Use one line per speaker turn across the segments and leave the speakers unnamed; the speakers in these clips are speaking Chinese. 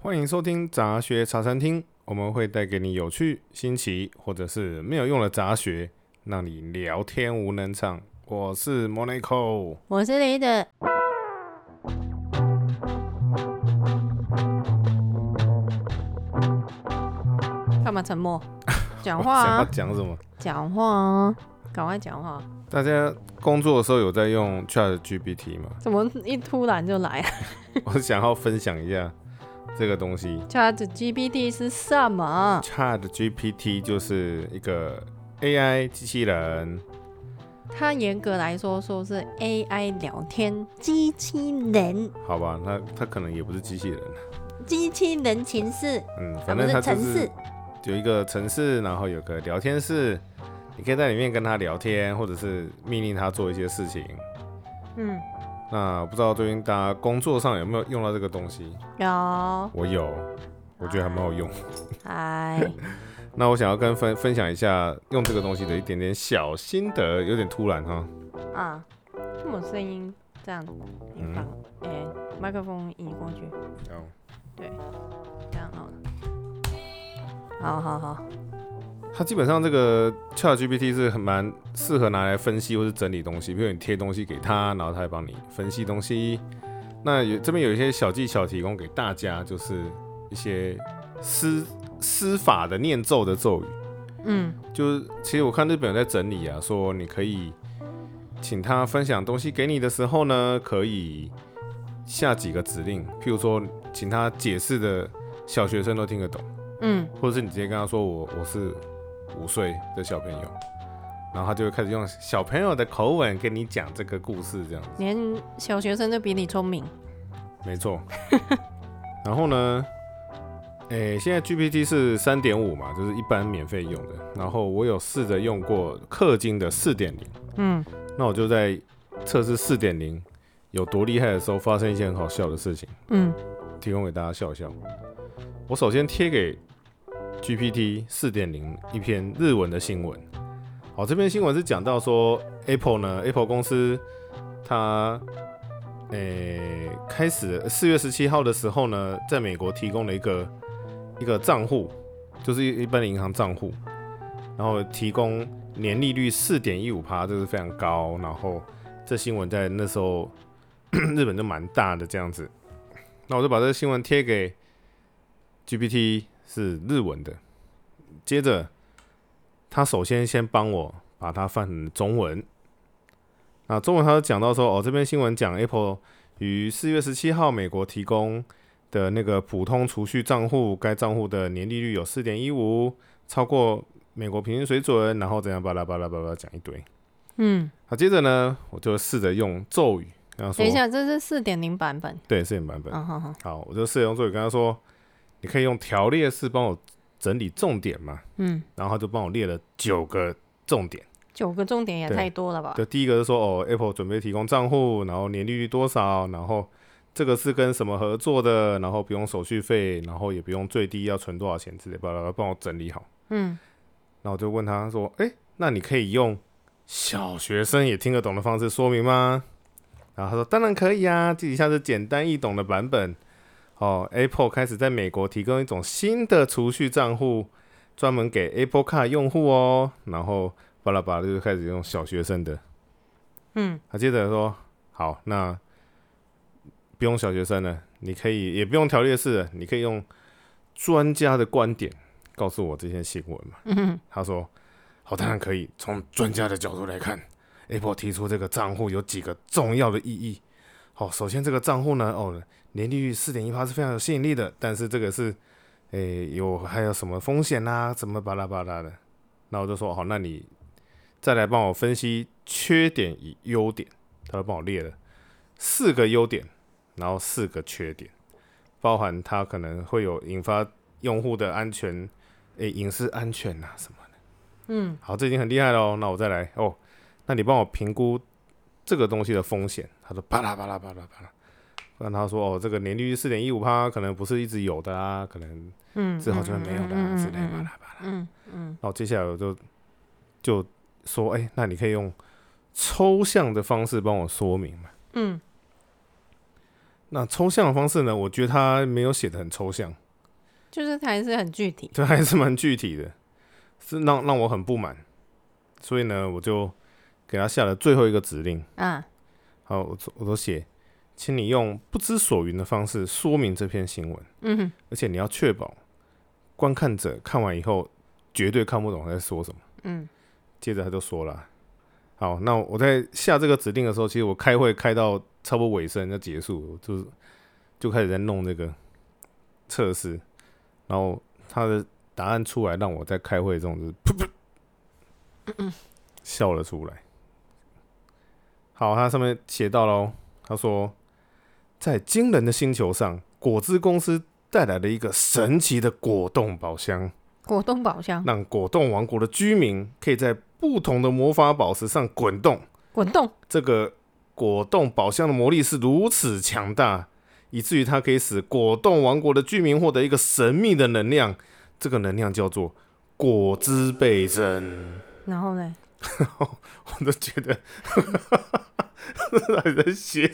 欢迎收听杂学茶餐厅，我们会带给你有趣、新奇或者是没有用的杂学，让你聊天无能场。我是 Monaco，
我是雷德。干嘛沉默？ 讲话
想要
啊，
讲什么？
讲话啊，赶快讲话！啊
大家工作的时候有在用 Chat GPT 吗？
怎么一突然就来啊
我想要分享一下这个东西。
？Chat GPT 是什么？
Chat GPT 就是一个 AI 机器人，
它严格来说说是 AI 聊天机器人，
好吧？它它可能也不是机器人，
机器人情事，
嗯，
它
反
不
正它就
城
是
市。
有一个城市，然后有个聊天室，你可以在里面跟他聊天，或者是命令他做一些事情。
嗯，
那不知道最近大家工作上有没有用到这个东西？
有，
我有，我觉得还蛮好用。
嗨，
那我想要跟分分享一下用这个东西的一点点小心得，有点突然哈。
啊，这种声音这样，你
嗯
放，哎、麦克风移过去。
哦
这样好了。好好好，
它基本上这个 Chat GPT 是很蛮适合拿来分析或是整理东西，比如你贴东西给它，然后它会帮你分析东西。那有这边有一些小技巧提供给大家，就是一些施施法的念咒的咒语，
嗯
就是其实我看日本有在整理啊，说你可以请他分享东西给你的时候呢，可以下几个指令，譬如说请他解释的小学生都听得懂。
嗯，
或者是你直接跟他说我我是五岁的小朋友，然后他就会开始用小朋友的口吻跟你讲这个故事，这样子，
连小学生都比你聪明。
没错。然后呢，诶、现在 GPT 是三点五嘛，就是一般免费用的。然后我有试着用过氪金的四点零，
嗯，
那我就在测试四点零有多厉害的时候，发生一些很好笑的事情，
嗯
提供给大家笑一笑。我首先贴给 GPT 四点零一篇日文的新闻。好，这篇新闻是讲到说 Apple 呢，Apple 公司它诶、开始四月十七号的时候呢，在美国提供了一个一个账户，就是一一般的银行账户，然后提供年利率四点一五趴，这是非常高。然后这新闻在那时候 日本就蛮大的这样子。那我就把这个新闻贴给 GPT 是日文的。接着，他首先先帮我把它翻成中文。那中文他就讲到说，哦，这篇新闻讲 Apple 于四月十七号美国提供的那个普通储蓄账户，该账户的年利率有四点一五，超过美国平均水准，然后怎样巴拉巴拉巴拉讲一堆。
嗯，
好，接着呢，我就试着用咒语跟他说
等一，下，这是四点零版本。
对，四点版本。
嗯好好，
好，我就试着用咒语跟他说，你可以用条列式帮我整理重点嘛。
嗯，
然后他就帮我列了九个重点。
九个重点也
对
太多了吧？
就第一个是说，哦，Apple 准备提供账户，然后年利率多少，然后这个是跟什么合作的，然后不用手续费，然后也不用最低要存多少钱之类，巴拉巴拉，帮我整理好。
嗯，
然后我就问他说，哎，那你可以用小学生也听得懂的方式说明吗？然后他说，当然可以啊，这以下是简单易懂的版本。哦，Apple 开始在美国提供一种新的储蓄账户，专门给 Apple Card 用户哦。然后巴拉巴拉就开始用小学生的，
嗯，
他接着说，好，那不用小学生了，你可以也不用条列式了，你可以用专家的观点告诉我这些新闻嘛。嗯，他说，好，当然可以，从专家的角度来看，Apple 提出这个账户有几个重要的意义。好、首先这个账户呢，哦，年利率四点一八是非常有吸引力的，但是这个是，诶、有还有什么风险啦、什么巴拉巴拉的。那我就说，好，那你再来帮我分析缺点与优点，他都帮我列了四个优点，然后四个缺点，包含它可能会有引发用户的安全，诶、隐私安全啊什么的。
嗯，
好，这已经很厉害喽。那我再来哦，那你帮我评估这个东西的风险。他说巴拉巴拉巴拉巴拉，然他说哦，这个年利率四点一五趴，可能不是一直有的啊，可能
嗯，
之后就会没有的啊
嗯
之类巴拉
嗯
巴拉。
嗯嗯
然后接下来我就就说，哎、那你可以用抽象的方式帮我说明嘛？
嗯
那抽象的方式呢，我觉得它没有写的很抽象，
就是还是很具体。
就还是蛮具体的，是让让我很不满。所以呢，我就给他下了最后一个指令。
啊，
好，我我都写，请你用不知所云的方式说明这篇新闻，
嗯哼，
而且你要确保观看者看完以后绝对看不懂他在说什么。
嗯，
接着他就说了，好，那我在下这个指令的时候，其实我开会开到差不多尾声要结束，就是就开始在弄这个测试，然后他的答案出来，让我在开会中就是噗噗，
嗯
笑了出来。好，他上面写到喽，他说，在惊人的星球上，果汁公司带来了一个神奇的果冻宝箱。
果冻宝箱，
让果冻王国的居民可以在不同的魔法宝石上滚动。
滚动，
这个果冻宝箱的魔力是如此强大，以至于它可以使果冻王国的居民获得一个神秘的能量，这个能量叫做果汁倍增。
然后呢？
我都觉得 还在写，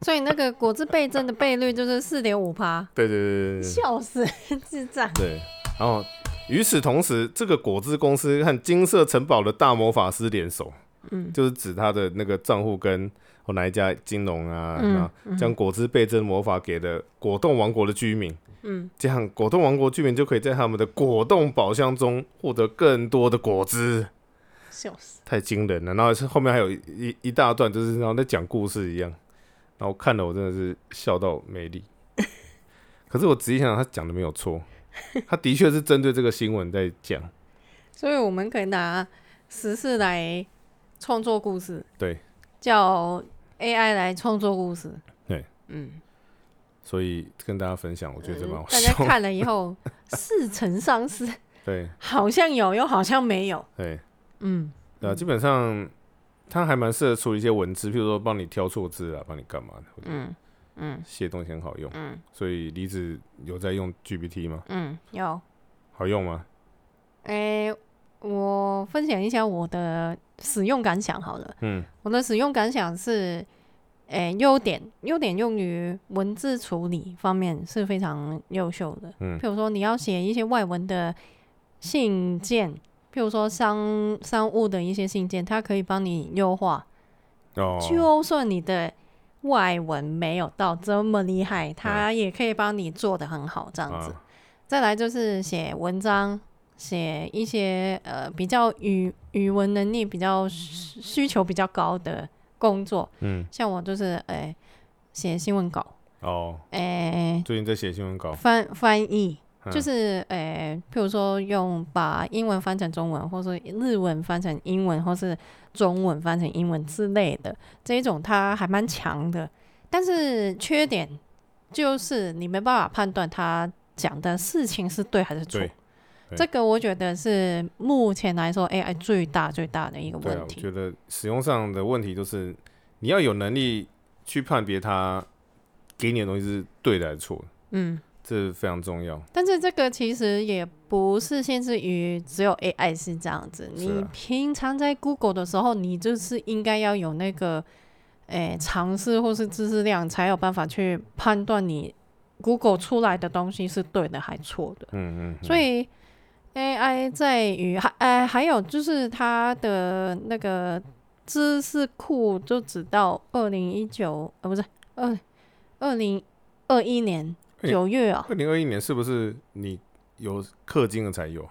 所以那个果汁倍增的倍率就是四点五趴，
对对对对对
笑死， 智障。
对。然后，与此同时，这个果汁公司和金色城堡的大魔法师联手。
嗯，
就是指他的那个账户跟哦哪一家金融啊，
嗯
那将果汁倍增魔法给了果冻王国的居民，
嗯，
这样果冻王国居民就可以在他们的果冻宝箱中获得更多的果汁，
笑死，
太惊人了。然后是后面还有一一一大段，就是然后在讲故事一样，然后看了我真的是笑到没力。可是我仔细想想，他讲的没有错，他的确是针对这个新闻在讲。
所以我们可以拿时事来创作故事，
对，
叫 AI 来创作故事。
对，
嗯，
所以跟大家分享，我觉得这蛮好
大家
笑的。
看了以后，似曾相识，
对
好像有，又好像没有。
对，
嗯，
对啊，基本上它还蛮适合处理一些文字，譬如说帮你挑错字啊，帮你干嘛的，或者
嗯嗯
写东西很好用。
嗯
所以离子有在用 GPT 吗？
嗯，有。
好用吗？
诶、我分享一下我的使用感想好了。
嗯
我的使用感想是，诶、优点优点用于文字处理方面是非常优秀的。
嗯
譬如说你要写一些外文的信件，譬如说商商务的一些信件，它可以帮你优化。
哦，
就算你的外文没有到这么厉害，它也可以帮你做得很好，这样子。
啊
再来就是写文章，写一些呃比较语语文能力比较需需求比较高的工作，
嗯
像我就是诶写、新闻稿，呃
哦，
诶、
最近在写新闻稿，
翻翻译，
哦嗯
就是诶、譬如说用把英文翻成中文，或是日文翻成英文，或是中文翻成英文之类的，这一种它还蛮强的。但是缺点就是你没办法判断他讲的事情是对还是错
对。对
这个我觉得是目前来说 AI 最大最大的一个
对啊，
问
我
题。
觉得使用上的问题就是你要有能力去判别它给你的东西是对的还是错的，
嗯，
这非常重要。
但是这个其实也不是限制于只有 AI 是这样子。
是啊
你平常在 Google 的时候，你就是应该要有那个，诶、尝试或是知识量，才有办法去判断你 Google 出来的东西是对的还错的。
嗯嗯嗯，
所以 AI 在于还呃还有就是它的那个知识库就只到二零一九呃不是二二零二一年
哎
九月啊、
二零二一年是不是你有氪金了才有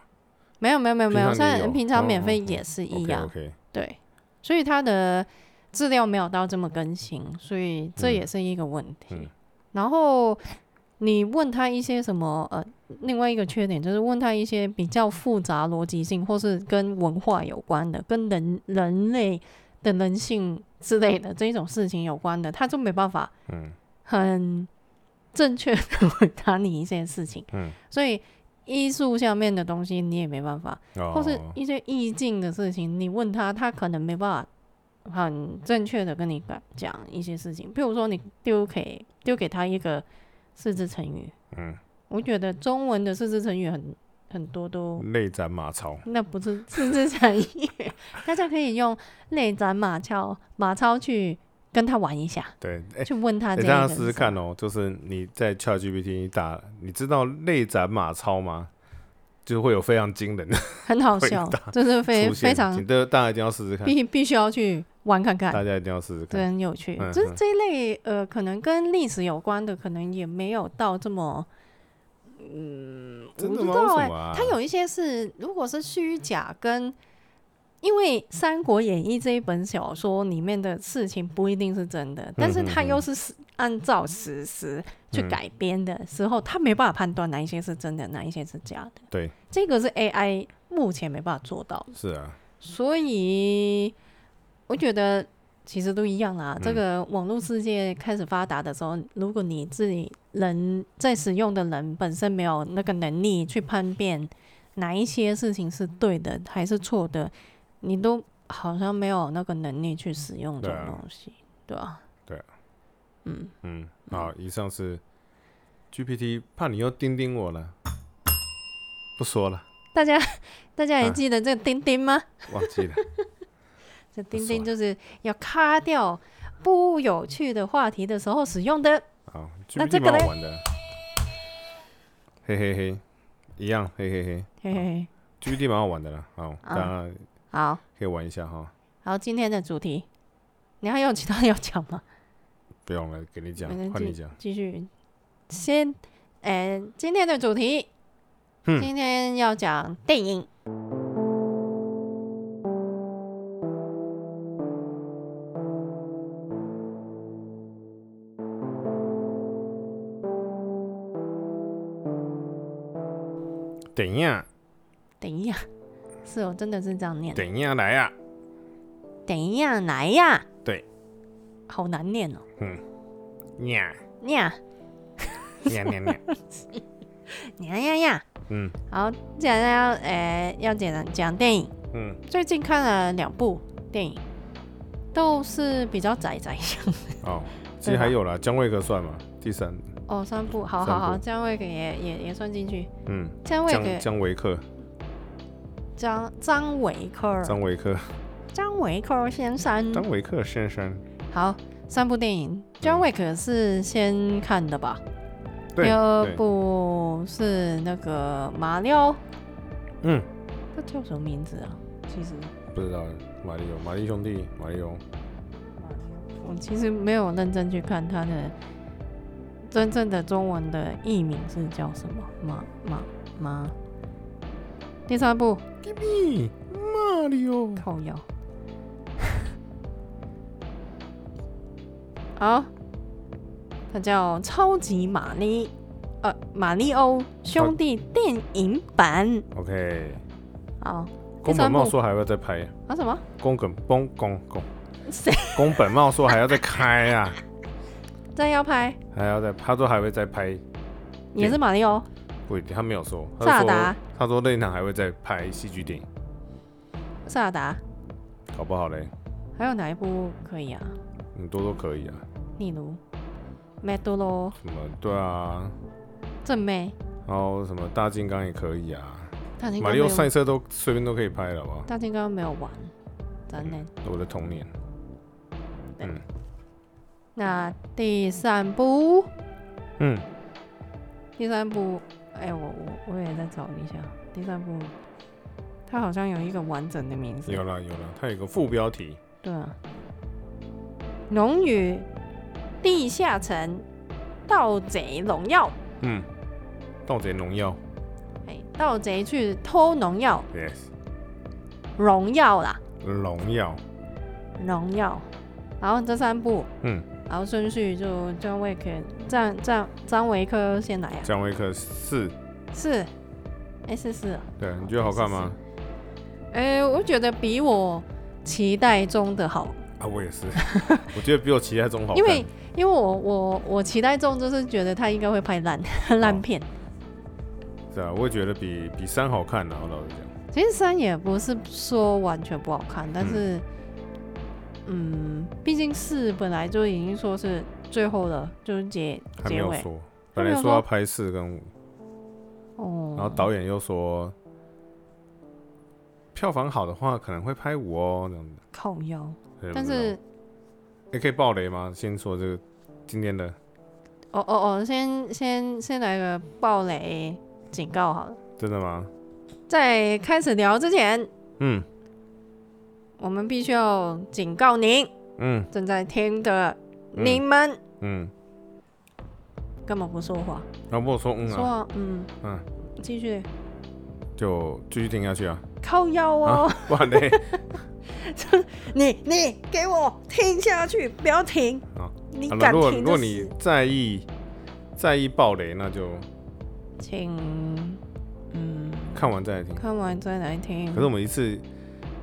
没有没有没有没有，
平常也有
像平常免费
哦哦哦
也是一
？OK
样，
OK，
对，所以它的资料没有到这么更新，所以这
嗯
也是一个问题。
嗯
然后你问他一些什么呃，另外一个缺点就是问他一些比较复杂逻辑性或是跟文化有关的、跟人人类的人性之类的这一种事情有关的，他就没办法
嗯
很正确的 回答你一些事情，
嗯，
所以艺术下面的东西你也没办法，
哦，
或是一些意境的事情，你问他，他可能没办法很正确的跟你讲讲一些事情。比如说你丢给丢给他一个四字成语，
嗯，
我觉得中文的四字成语很很多都。
内斩马超。
那不是四字成语，大家可以用内斩马超马超去跟他玩一下，
对，哎、
去问他
你
啊这
大
样
家试试看哦，就是你在 ChatGPT 打，你知道内斩马超吗？就会有非常惊人的
很好
回
笑
答，
就是非
出现，
非常
请大大家一定要试试看，
必必须要去玩看看，
大家一定要试试
对，
看。
很有趣。
嗯
就
嗯
是这一类呃，可能跟历史有关的，可能也没有到这么，嗯，我
真
不
的
知
吗？
道
为
哎、
什么啊？
它有一些是，如果是虚假跟。因为《三国演义》这一本小说里面的事情不一定是真的，但是它
嗯嗯
又是实按照史实去
嗯
改编的时候，它没办法判断哪一些是真的，哪一些是假的。
对，
这个是 AI 目前没办法做到的。
是啊，
所以我觉得其实都一样啦。
嗯
这个网络世界开始发达的时候，如果你自己人在使用的人本身没有那个能力去判辨哪一些事情是对的还是错的，你都好像没有那个能力去使用这种
对啊
东西，对吧、
对啊
嗯，
嗯，好，以上是 GPT，怕你又叮叮我了，不说 了，
大家大家还
啊
记得这个钉钉吗？
忘记了。
这钉
错
钉就是要卡掉不有趣的话题的时候使用的。
好，
那
GPT
这个
蛮
嘞
好玩的，嘿嘿嘿，一样，嘿嘿嘿
嘿嘿嘿，
，GPT 蛮好玩的啦，好，大
啊
家
好。
可以玩一下哈，
好，今天的主题，你还有其他要讲吗？
不用了，给你讲
没关，系
换你讲，
继续，先，呃，今天的主题，
嗯
今天要讲电影。
等一下，
等一下，啊是哦，真的是这样念的。
等一下来啊，
等一下，来呀。
对，
好难念哦。
呀
呀
呀呀呀，
呀呀呀！
嗯
好，既然要，呃，要讲讲电影，
嗯，
最近看了两部电影，都是比较窄窄向的。
哦，其实还有啦，姜维克算吗？第三，
哦，三部，好好
三
好，
部
姜维给也也也算进去，
嗯，
姜维给
姜姜维克，
张张维克，
张维克，
张维克先生。
张维克先生，
好，三部电影，John Wick 是先看的吧？
对
第二
对，
部是那个马里奥，
嗯，
他叫什么名字啊？其实
不知道，马里奥，马里兄弟，马里奥，
我其实没有认真去看他的真正的中文的译名是叫什么？马马马。第三部
咦，马里奥，
靠腰。好，它叫《超级玛丽》，呃，《马里欧兄弟》电影版。
OK，
好，第
宫
三
本茂
部
说还要再拍，
啊什么？
宫本宫宫宫
谁
宫本茂说还要再开啊，
在要拍？
还要再，他说还会再拍，
也是马里欧。
不一定，他没有说，他
萨
说
达
他说那一场还会再拍戏剧电影，
萨尔达，
搞不好嘞，
还有哪一部可以啊？
你多多可以啊，
例如《麦多罗
什么对啊，
正妹
然后什么大金刚也可以啊，》，
大金
马
刚
里
没有
奥，赛车都随便都可以拍了吧，
大金刚没有玩，真的。
我的童年，嗯
那第三部，
嗯，
第三部，哎、我我我也在找一下第三部，它好像有一个完整的名字
有，啦有啦，它有个副标题，
对啊，《龙与地下城》《盗贼荣耀》，
嗯，盗贼荣耀
哎，盗贼去偷农药，
，yes，
荣耀啦，
荣耀，
荣耀，然后这三部，
嗯，
然后顺序就张维克，张张张维科先来啊，
姜维克四，
是，哎是是啊，
对你觉得好看吗？
哎、我觉得比我期待中的好
啊，我 也是，我觉得比我期待中好看。
因为因为我我我期待中就是觉得他应该会拍烂
哦
烂片，
是啊，我也觉得比比三好看然后老实讲，
其实三也不是说完全不好看，但是嗯，毕竟四本来就已经说是最后了，就是结
还没
结
有
尾
说，
还
本
没有
来说
说
要拍四跟五，
哦，
然后导演又说票房好的话可能会拍五哦，这样子。
靠腰，
对
但
不知道
是
也可以爆雷吗？先说这个今天的，
哦哦哦，先先先来个暴雷警告好了。
真的吗？
在开始聊之前，
嗯
我们必须要警告您
嗯
正在听的
嗯
你们，
嗯，
根本不说话，
然后不我说嗯
说
啊，
话嗯
嗯，
继续
就继续听下去啊，
靠腰哦，
不然嘞，
你你给我听下去，不要停。
好
你
好了，
敢
啊如果
停
如
就
果
死
你在意在意爆雷，那就
请嗯
看完再来听。
看完再来听。
可是我们一次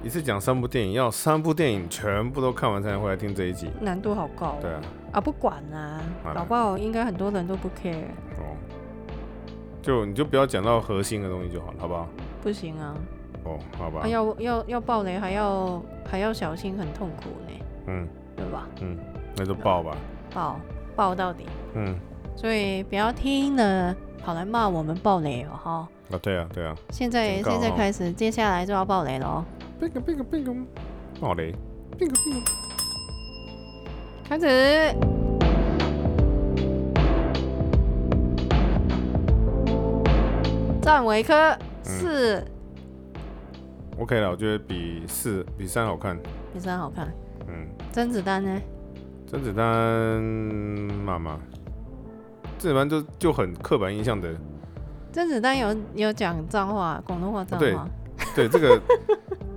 一次讲三部电影，要三部电影全部都看完才能回来听这一集。
难度好高哦、
对啊，
啊，不管啦、
好啦
搞不好应该很多人都不 care，
哦，就你就不要讲到核心的东西就好了，好不好？
不行啊，
哦，好吧
啊，要要要爆雷还要还要小心，很痛苦呢，
嗯
对吧？
嗯，那就爆吧，
爆爆到底，
嗯，
所以不要听了跑来骂我们爆雷哦哈。
啊，对啊，对啊，
现在
警告哦
现在开始，接下来就要爆雷了哦。
变个变个变个爆雷，变个变个，
开始。赞维科
嗯
四
OK 了，我觉得比四比三好看，
比三好看，
嗯，
甄子丹呢？
甄子丹妈妈，甄子丹就就很刻板印象的，
甄子丹有有讲脏话，广东话脏
对
话，
对这 个，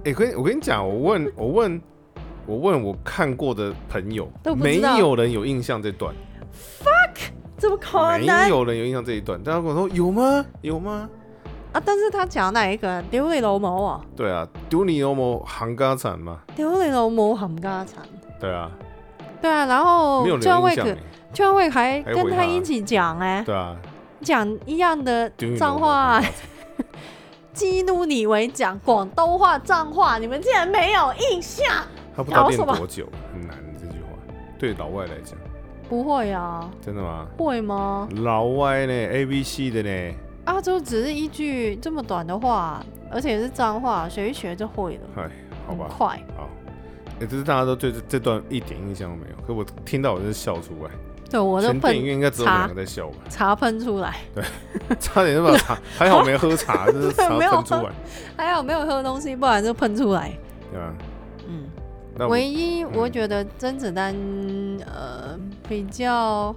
哎、跟我跟你讲，我问我问我问我看过的朋友
都，不
没
知道
有人有印象这段。
怎么可
没
能
有人有印象这一段，大家跟我说有吗？有吗？
啊？但是他讲哪一个？屌你老母啊！
对啊，丢你有冇行家产嘛？
屌你老母冚家產！
对啊，
对啊，然后
没有
John
人有印
Wick
象欸、
John Wick 还
还
跟
回
他
他
一起讲哎、
对啊，
讲一样的
丢你
脏
老母
话、
行家
激怒你为讲广东话脏话，你们竟然没有印象？
他不知道
搞什
练
么
多久，很难这句话，对老外来讲，
不会啊，
真的吗？
会吗？
老外呢，A B C 的呢，
啊，就只是一句这么短的话，而且是脏话，学一学就会了，
哎，好
很
吧，
快。
好，哎、这是大家都对这这段一点印象都没有，可我听到我就笑出来，
对，我都
全电影
喷
院应该只有我们两个在笑吧，
茶喷出来，
差点就把 茶，还好没喝茶，真是茶
没有
喷出
喝
来，
还好没有喝东西，不然就喷出来。
对啊，
嗯，
那我
唯一
嗯
我觉得甄子丹、呃比较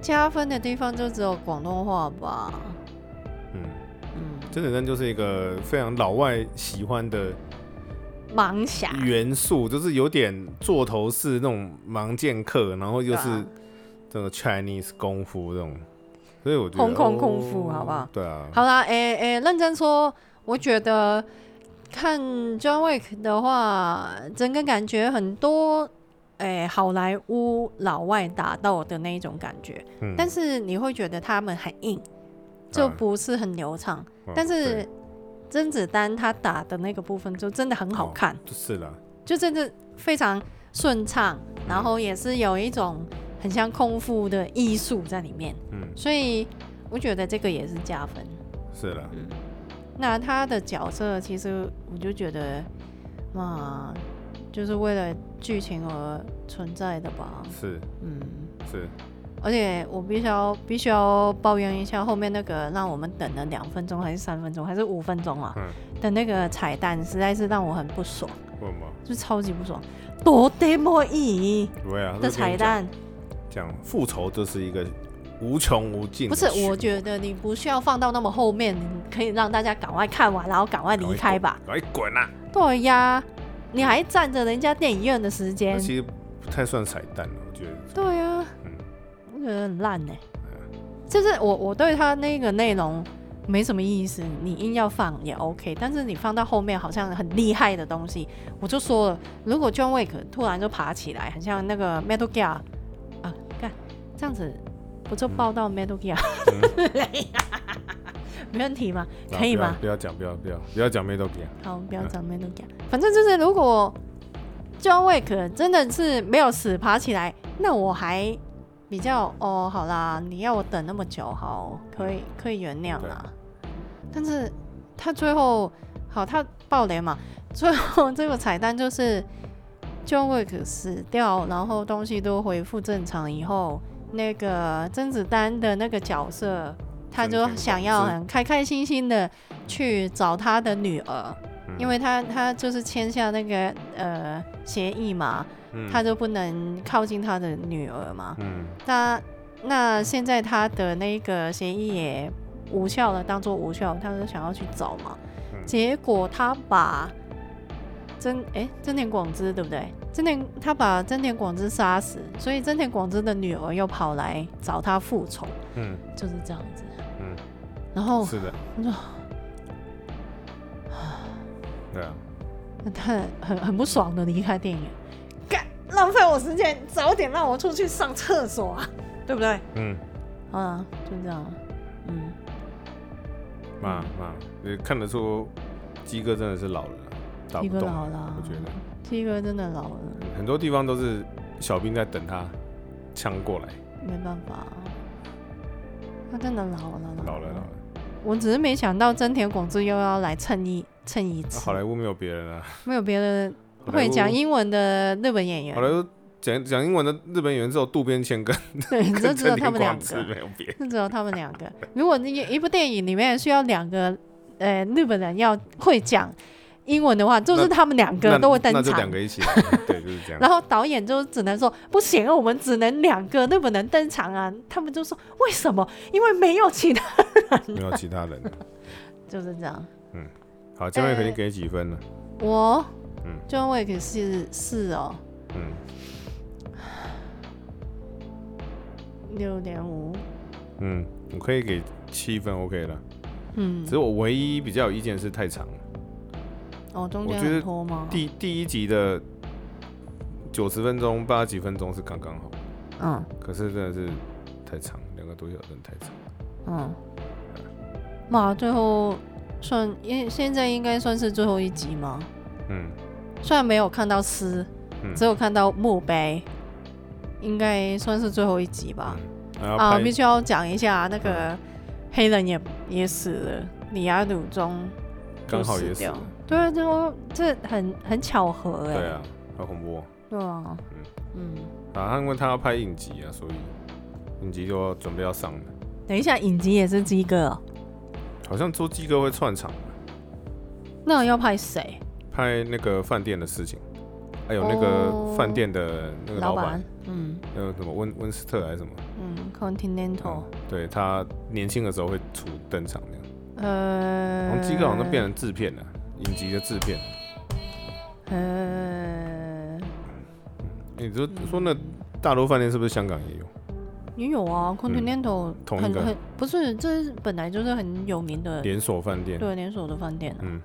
加分的地方就只有广东话吧。
嗯。
嗯，
甄子丹就是一个非常老外喜欢的
盲侠
元素，就是有点座头是那种盲剑客，然后又
对
是
啊
这个 Chinese 功夫这种，所以我觉得
红空功夫好不好？
对啊，
好啦，诶、诶、认真说，我觉得看 John Wick 的话，整个感觉很多，诶、好莱坞老外打斗的那一种感觉，
嗯
但是你会觉得他们很硬，就
啊
不是很流畅。
嗯
但
对
是甄子丹他打的那个部分就真的很好
哦
看，
就是啦，
就真的非常顺畅，然后也是有一种很像空腹的艺术在里面，
嗯，
所以我觉得这个也是加分。
是啦，
嗯那他的角色其实我就觉得，嘛，就是为了剧情而存在的吧。
是
嗯，
是，
而且我必须要必须要抱怨一下后面那个让我们等了两分钟还是三分钟还是五分钟啊、
嗯
的那个彩蛋，实在是让我很不爽，
问吗？
就超级不爽。多得莫意
不会啊，
的彩蛋，
讲复仇就是一个无穷无尽
不
的
是
循环，？
我觉得你不需要放到那么后面，你可以让大家赶快看完，然后赶快离开吧。
赶快滚啊！
对呀，你还占着人家电影院的时间
那。其实不太算彩蛋啊了，我觉得，
对呀，
嗯
我觉得很烂呢、
嗯
就是我我对他那个内容没什么意思，你硬要放也 OK，但是你放到后面好像很厉害的东西，我就说了，如果 John Wick 突然就爬起来，很像那个 Metal Gear 啊，看这样子不就爆到 Metal Gear？、没 问题吗？可以吗
嗯啊？不要不要讲，不要不要不要讲没豆皮啊！
好，不要讲 m e 反正就是如果 John Wick 真的是没有死爬起来，那我还比较哦，好啦，你要我等那么久，好，可以可以原谅啦。但是他最后好，他爆雷嘛，最后这个彩蛋就是就 work 死掉，然后东西都恢复正常以后，那个甄子丹的那个角色，他
真
就
田
想
广
要
之
很开开心心的去找他的女儿，
嗯
因为他他就是签下那个呃协议嘛，
嗯
他就不能靠近他的女儿嘛。
嗯
那那现在他的那个协议也无效了，当做无效，他就想要去找嘛。
嗯
结果他把真哎真田广之对不对？真田他把真田广之杀死，所以真田广之的女儿又跑来找他复仇，
嗯
就是这样子。
嗯，
然后
是的
你说，
对啊，
他很很很不爽的离开电影院，干浪费我时间，早点让我出去上厕所啊，对不对？
嗯，
好啦，啊就这样了，嗯。
嘛嘛，也看得出鸡哥真的是老了，打
鸡
不
哥
动
老了啊，
我觉得
鸡哥真的老了，
很多地方都是小兵在等他呛过来，
没办法啊，他真的老了，
老了老了。
我只是没想到真田广志又要来蹭一蹭一
啊
次，
好莱坞没有别人了，
没有别的
好莱
会
坞
讲英文的日本演
好莱
员，
坞讲讲英文的日本演员只有渡边谦跟
对，你就
跟
只有
真
他
田
们 两
广之
个，
没有别 人。
就只有他们两个。如果一一部电影里面需要两个呃日本人要会讲英文的话，就是
那
他们两个
那
啊都会登
那就
场
两。个一起来， 对，就是这样。
然后导演就只能说不行，我们只能两个日本人登场啊。他们就说为什么？因为没有其他，
没有其他人了。
就是这样。
好，姜瑞肯定给几分了？
我，
嗯
，John Wick 是是哦，
嗯，
六点五，
嗯，我可以给七分，OK 了。
嗯
只，是我唯一比较有意见是太长了，
哦，中间
我觉得
很拖吗？
第第一集的九十分钟、八十几分钟是刚刚好，
嗯
可是真的是太长，两个多小时真的太长。
嗯，嘛，最后算，因现在应该算是最后一集吗？
嗯，
虽然没有看到尸，
嗯
只有看到墓碑，应该算是最后一集吧。
嗯然后
啊，
拍嗯
必须要讲一下那个黑人也也死了，里亚鲁中
刚好也
死
死
掉
了，。
对啊，这都这很很巧合哎、
对啊，好恐怖哦
对啊，嗯
啊！他因为他要拍影集啊，所以影集就要准备要上了，
等一下，影集也是鸡哥哦、
好像周基哥会串场
那要拍谁？
拍那个饭店的事情，还有那个
哦
饭店的那个
老
老板，，
嗯
那个什么温温斯特还是什么，哦
嗯，Continental，、
对他年轻的时候会出登场这样。
呃，
我们基嗯哥好像都变成制片了，影集的制片。
呃，
你说说那大陆饭店是不是香港也有？
也有啊，Continental
嗯同一
很
个
很不是，这是本来就是很有名的
连锁饭店，
嗯对连锁的饭店、啊，
嗯，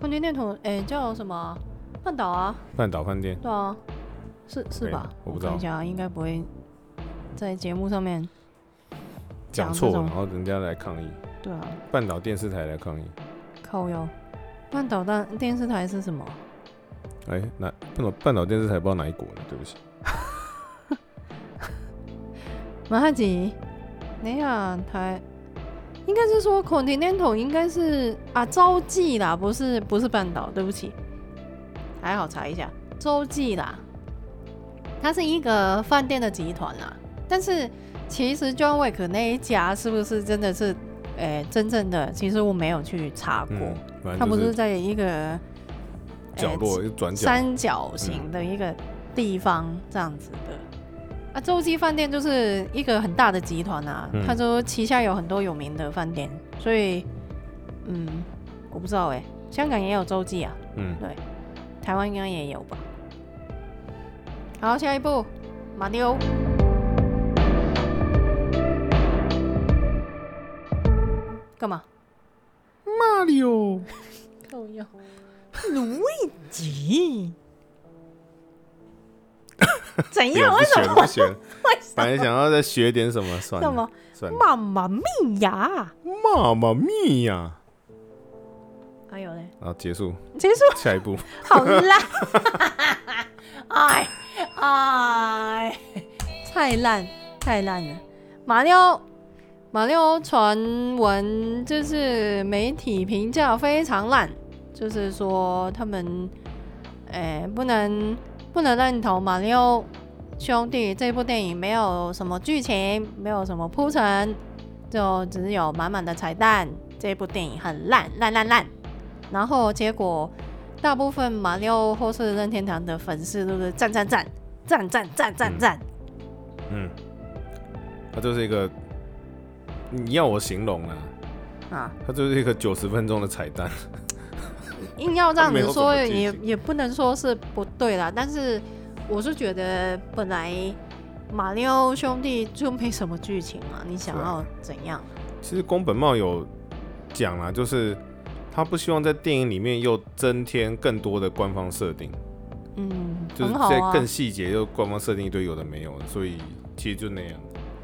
Continental，哎、叫什么啊半岛啊？
半岛饭店，
对啊，是是
对
吧？
我不知
看
道
一下啊，应该不会在节目上面
讲
这
错，
种
然后人家来抗议，
对啊，
半岛电视台来抗议。
靠腰。半岛大电视台是什么？
哎，那半岛半岛电视台不知道哪一国的，对不起。
马哈吉，你呀，台应该是说 Continental 应该是啊洲际啦，不是不是半岛，对不起，还好查一下洲际啦，它是一个饭店的集团啦，但是其实 John Wick 那一家是不是真的是，诶、真正的其实我没有去查过，
嗯，反
它
正
不
就是是
在一个
角落一个转角，
三角形的一个地方这样子的。啊，洲际饭店就是一个很大的集团啊，
嗯
它就旗下有很多有名的饭店，所以嗯，我不知道哎、香港也有洲际啊，
嗯，
台湾应该也有吧。好，下一步，马里欧。干嘛？
马里奥，
够用。卢易吉。 怎
哎不选
样？为什么？
不 选，本来想要再学点什么，算
什么
了，算了，
妈妈咪呀！
妈妈咪呀！
还有哎嘞，
然后结束，
结束
下一步，
好 烂，哎哎，太烂太烂了。马里奥，马里奥传闻就是媒体评呃价非常烂，就是说他们，哎、不能不能认同马里奥兄弟这部电影没有什么剧情，没有什么铺陈，就只是有满满的彩蛋。这部电影很烂，烂烂烂。然后结果，大部分马里奥或是任天堂的粉丝都是赞赞赞赞赞赞赞赞。
嗯，它就是一个，你要我形容啊，
啊，
它就是一个九十分钟的彩蛋。
硬要这样
没有
子
什
说
么剧
也
情
也不能说是不对啦，但是我是觉得本来马里奥兄弟就没什么剧情嘛，你想
对啊
要怎样？
其实宫本茂有讲啦，就是他不希望在电影里面又增添更多的官方设定，
嗯，
就是
很好
在
啊，
更细节又官方设定一堆有的没有的，所以其实就那样，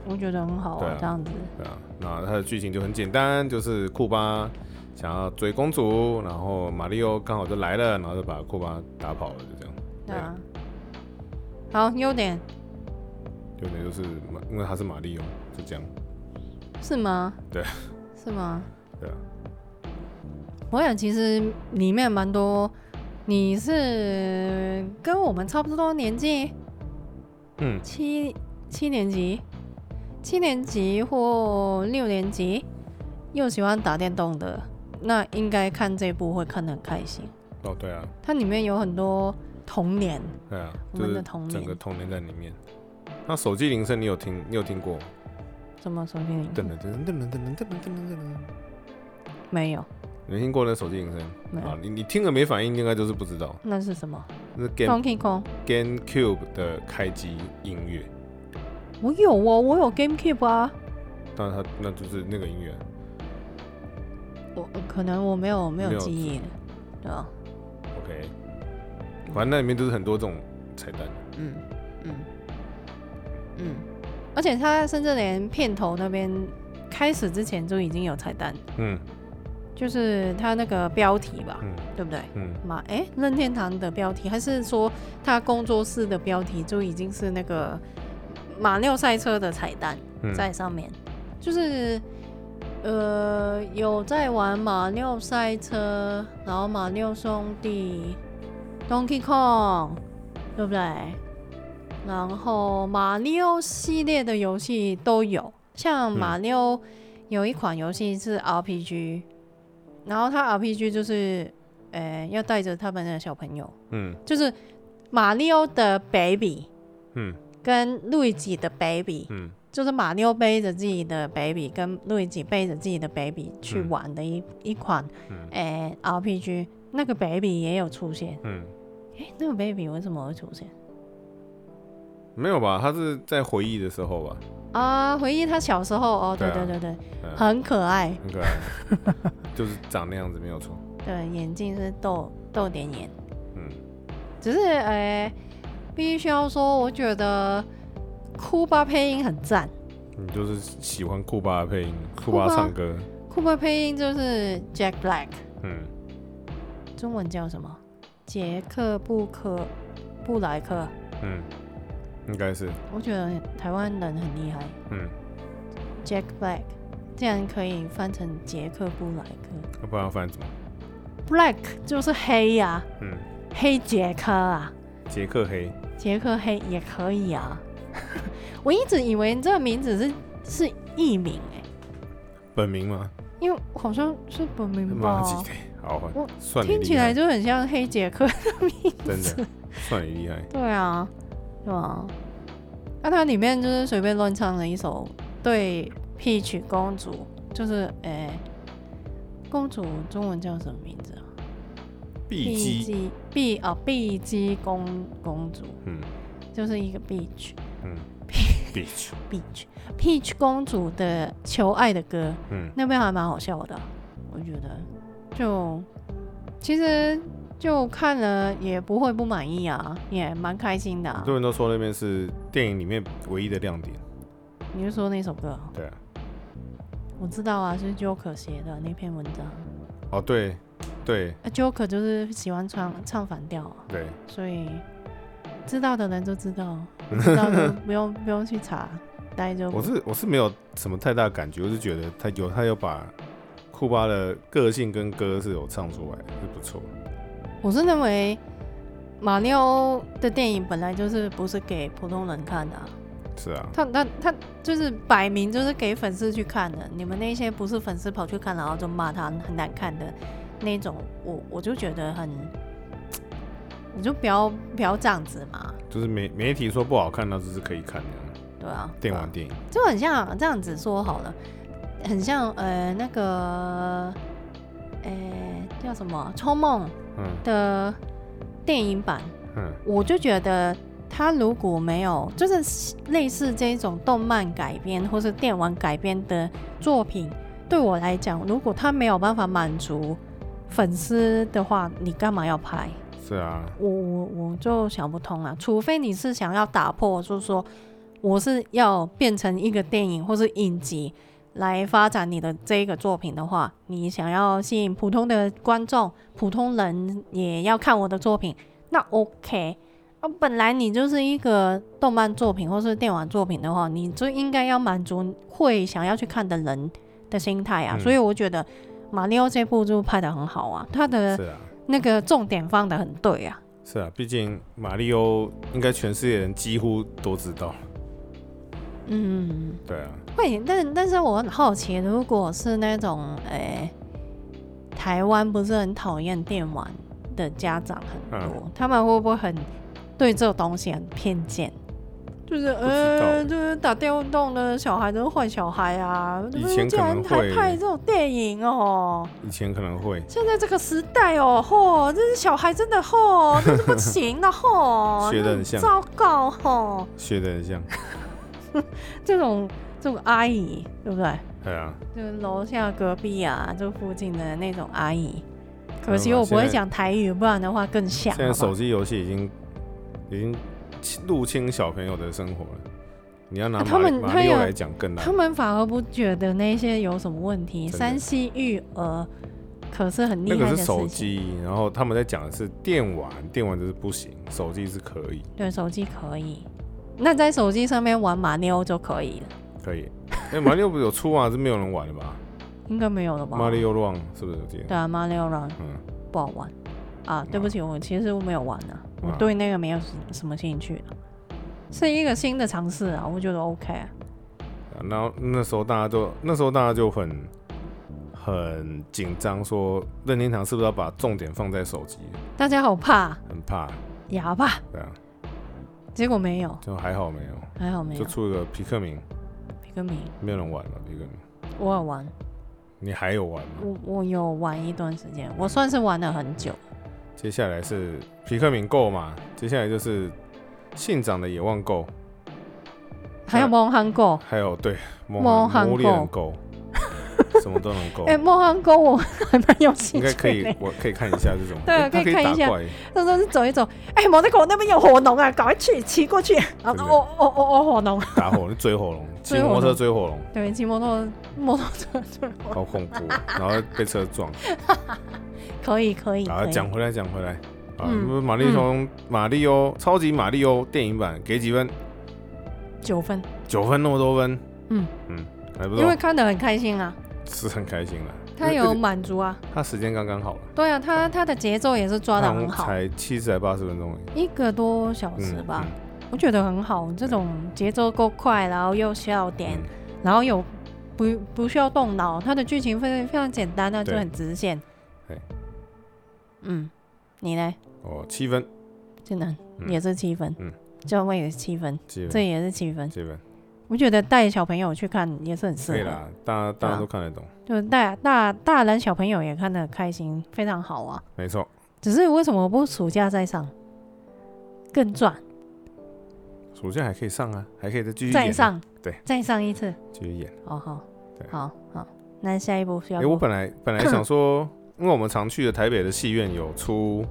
我觉得很好
对
啊
啊，
这样子。
对啊。那它的剧情就很简单，就是库巴想要追公主，然后马里奥刚好就来了，然后就把库巴打跑了，就这样。
对啊。好，优点
有点就是马，因为他是马里奥，就这样。
是吗？
对，
是吗？
对啊。
我想其实里面蛮多，你是跟我们差不多年纪，
嗯
七七年级，七年级或六年级，又喜欢打电动的，那应该看这部会看得很开心。
哦，对啊，
它里面有很多童年，
对啊，
我
就
们
是
的童
整个
年，
童年在里面。那手机铃声你有听？你有听过吗？
什么手机铃
噔噔噔噔噔噔噔噔噔噔噔。
没有，
你听过那手机铃声
没有
啊？，你你听了没反应，应该就是不知道。
那是什么
那是 Game
？Donkey Kong，
GameCube 的开机音乐，
我有哦，我有 GameCube 啊，
但它那就是那个音乐。
我可能我没有没
没
有
有
记
记
忆了，对啊吧？
OK，反正那里面就是很多这种彩蛋。
嗯，嗯嗯，而且他甚至连片头那边开始之前就已经有彩蛋，
嗯
就是他那个标题吧，
嗯
对不对？
嗯，
嘛，哎、任天堂的标题，还是说他工作室的标题就已经是那个马六赛车的彩蛋
嗯
在上面，就是呃有在玩马六赛车，然后马六兄弟、Donkey Kong，对不对？然后马里奥系列的游戏都有，像马里奥有一款游戏是 RPG，、然后它 RPG 就是，呃，要带着他们的小朋友，
嗯
就是马里奥的 baby
嗯
跟路易吉的 baby，
嗯
就是马里奥背着自己的 baby 跟路易吉背着自己的 baby 去
嗯
玩的一、一款，
嗯
呃，RPG，那个 baby 也有出现，
嗯，
诶，那个 baby 为什么会出现？
没有吧？他是在回忆的时候吧？
啊，回忆他小时候哦，对
对
对
啊
对对，
嗯
很可爱，
很可 爱，就是长那样子没有错。
对，眼镜是豆豆点眼，
嗯
只是呃，必须要说，我觉得库巴配音很赞，
你就是喜欢库巴的配音，库
巴
巴唱歌，
库巴配音就是 Jack Black，
嗯，
中文叫什么？杰克布克布莱克，
嗯，应该是，
我觉得台湾人很厉害
嗯，
，Jack Black 竟然可以翻成杰克布莱克
要不然要翻什么？
，Black 就是黑呀、
嗯，
黑杰克啊。
杰克黑，
杰克黑也可以啊。 我一直以为这个名字是是艺名哎、
本名吗？
因为好像是本名吧
妈，几的，好换
哦我，
算你
听起
厉
来
害，
就很像黑杰克的名
真
字
的。算你厉害。
对啊，对啊。那、它里面就是随便乱唱了一首对 Peach 公主，就是诶、公主中文叫什么名字啊？
碧姬，
碧啊碧姬公公主，
嗯
就是一个 Peach。
嗯，Beach，
Peach Peach 公主的求爱的歌，
嗯
那边还蛮好笑的，我觉得就其实就看了也不会不满意啊，也蛮开心的、
很
啊。
多人都说那边是电影里面唯一的亮点。
你就说那首歌啊，
对啊，
我知道啊，是 Joker 写的那篇文章。
哦对，对
啊、Joker 就是喜欢唱唱反调、啊，
对，
所以知道的人就知道，不知道 就不用不用去查，大家就
我是我是没有什么太大感觉，我是觉得他有他有把库巴的个性跟歌是有唱出来，是不错。
我是认为马里奥的电影本来就是不是给普通人看的啊、
是啊，
他他他就是摆明就是给粉丝去看的，你们那些不是粉丝跑去看，然后就骂他很难看的那种，我我就觉得很，你就不要不要这样子嘛，
就是媒媒体说不好看，那只是可以看的
对啊，
电玩电影。
就很像这样子说好了，很像呃那个呃叫什么《冲梦
嗯》
的电影版，
嗯
我就觉得他如果没有就是类似这种动漫改编或是电玩改编的作品，对我来讲，如果他没有办法满足粉丝的话，你干嘛要拍？
是啊，
我我我就想不通啊，除非你是想要打破，就是说我是要变成一个电影或是影集来发展你的这个作品的话，你想要吸引普通的观众，普通人也要看我的作品，那 OK。啊，本来你就是一个动漫作品或是电玩作品的话，你就应该要满足会想要去看的人的心态啊。
嗯
所以我觉得《马里奥》这部就拍的很好啊，它的
是啊，
那个重点放的很对啊。
是啊，毕竟马里欧应该全世界人几乎都知道。
嗯，
对啊，
会，但但是我很好奇，如果是那种诶、台湾不是很讨厌电玩的家长很多，
嗯
他们会不会很对这个东西很偏见？就是
知道
呃，就是打电动的小孩都是坏小孩啊，
以前
竟
可能
然还
会
拍这种电影哦、
以前可能会
现在这个时代哦，吼，这些小孩真的吼，真是不行的吼，
学得很
那
像
糟糕吼，
学得很像。
这种这种阿姨，对不对？
对啊，
就是楼下隔壁啊，就附近的那种阿姨。可惜
嗯
我不会
现在
讲台语，不然的话更像。
现在
好不好
手机游戏已经已经侵入侵小朋友的生活了。你要拿
啊
马
他
里
们
马
他
里奥
有
来讲更难
他。们反而不觉得那些有什么问题。
真的
山西育儿呃可是很厉
那
害的
个
事
是
情。
手机，然后他们在讲的是电玩，电玩就是不行，手机是可以，
对，手机可以。那在手机上面玩马里奥就可以了，
可以。哎、马里奥不是有出啊，是没有人玩的 吧？
应该没有了吧？
马里奥 Run 是不是有这个？
对啊，马里奥 run
嗯，
不好玩啊！对不起，我其实我没有玩啊，我
啊
对那个没有什么兴趣、啊，是一个新的尝试啊，我觉得 OK 啊。
啊然后那时候大家就那时候大家就很很紧张，说任天堂是不是要把重点放在手机？
大家好怕
很怕，
哑巴，
对啊，
结果没有，
就还好没有，
还好没有
就。出一个皮克明，
皮克敏，
没有人玩了皮克明，
我有玩，
你还有玩吗？
我我有玩一段时间，我算是玩了很久。
接下来是皮克明 Go 嘛，接下来就是信长的野望 Go，
还有梦幻狗，
还有对魔
魔
幻
幻
魔猎人 Go，什么都能 Go，
哎、梦幻狗我还蛮有兴
应
趣
该
的、
可以，我可以看一下这种，
对啊
它
可以
以
看
打
一下
怪，
那时候是走一走，哎、我在狗那边有火龙啊，赶快去骑过去。啊，
真的
哦哦哦哦，火龙，
打火龙追 火龙，骑
追火
摩托车
龙
追火龙。
对，骑摩托摩托车就
好恐怖，哦然后被车撞。
可以可以
然后
可以。
讲回来，讲回来啊，
嗯
马里从马里欧超级马里欧电影版给几分？
九分，
九分那么多分？
嗯
嗯，还不
因为
错，
看得很开心啊，
是很开心了。
他
因为
有
这个
满足啊，
他时间刚刚好了，
对啊，他他的节奏也是抓的
他
很好，
才七十还八十分钟而已。
一个多小时
嗯
吧。我觉得很好，这种节奏够快，然后又笑点，
嗯
然后有不不需要动脑，它的剧情非非常简单啊，
对
就很直线
对。
嗯，你呢？
哦，七分，
真的
嗯
也是七分，
嗯，
教位也是七分，
七
这
分，
也是七分。
七分，
我觉得带小朋友去看也是很
可以
适合，
啦，大家大
对
家
啊
都看得懂，
就是大大大人小朋友也看得很开心，非常好啊。
没错。
只是为什么不暑假再上，更赚，
暑假还可以上啊，还可以再继续演啊
再，上，
对，
再上一次。
继续演。
哦好
对，
好好，那下一步需要
哎，我本来本来想 说，因为我们常去的台北的戏院有出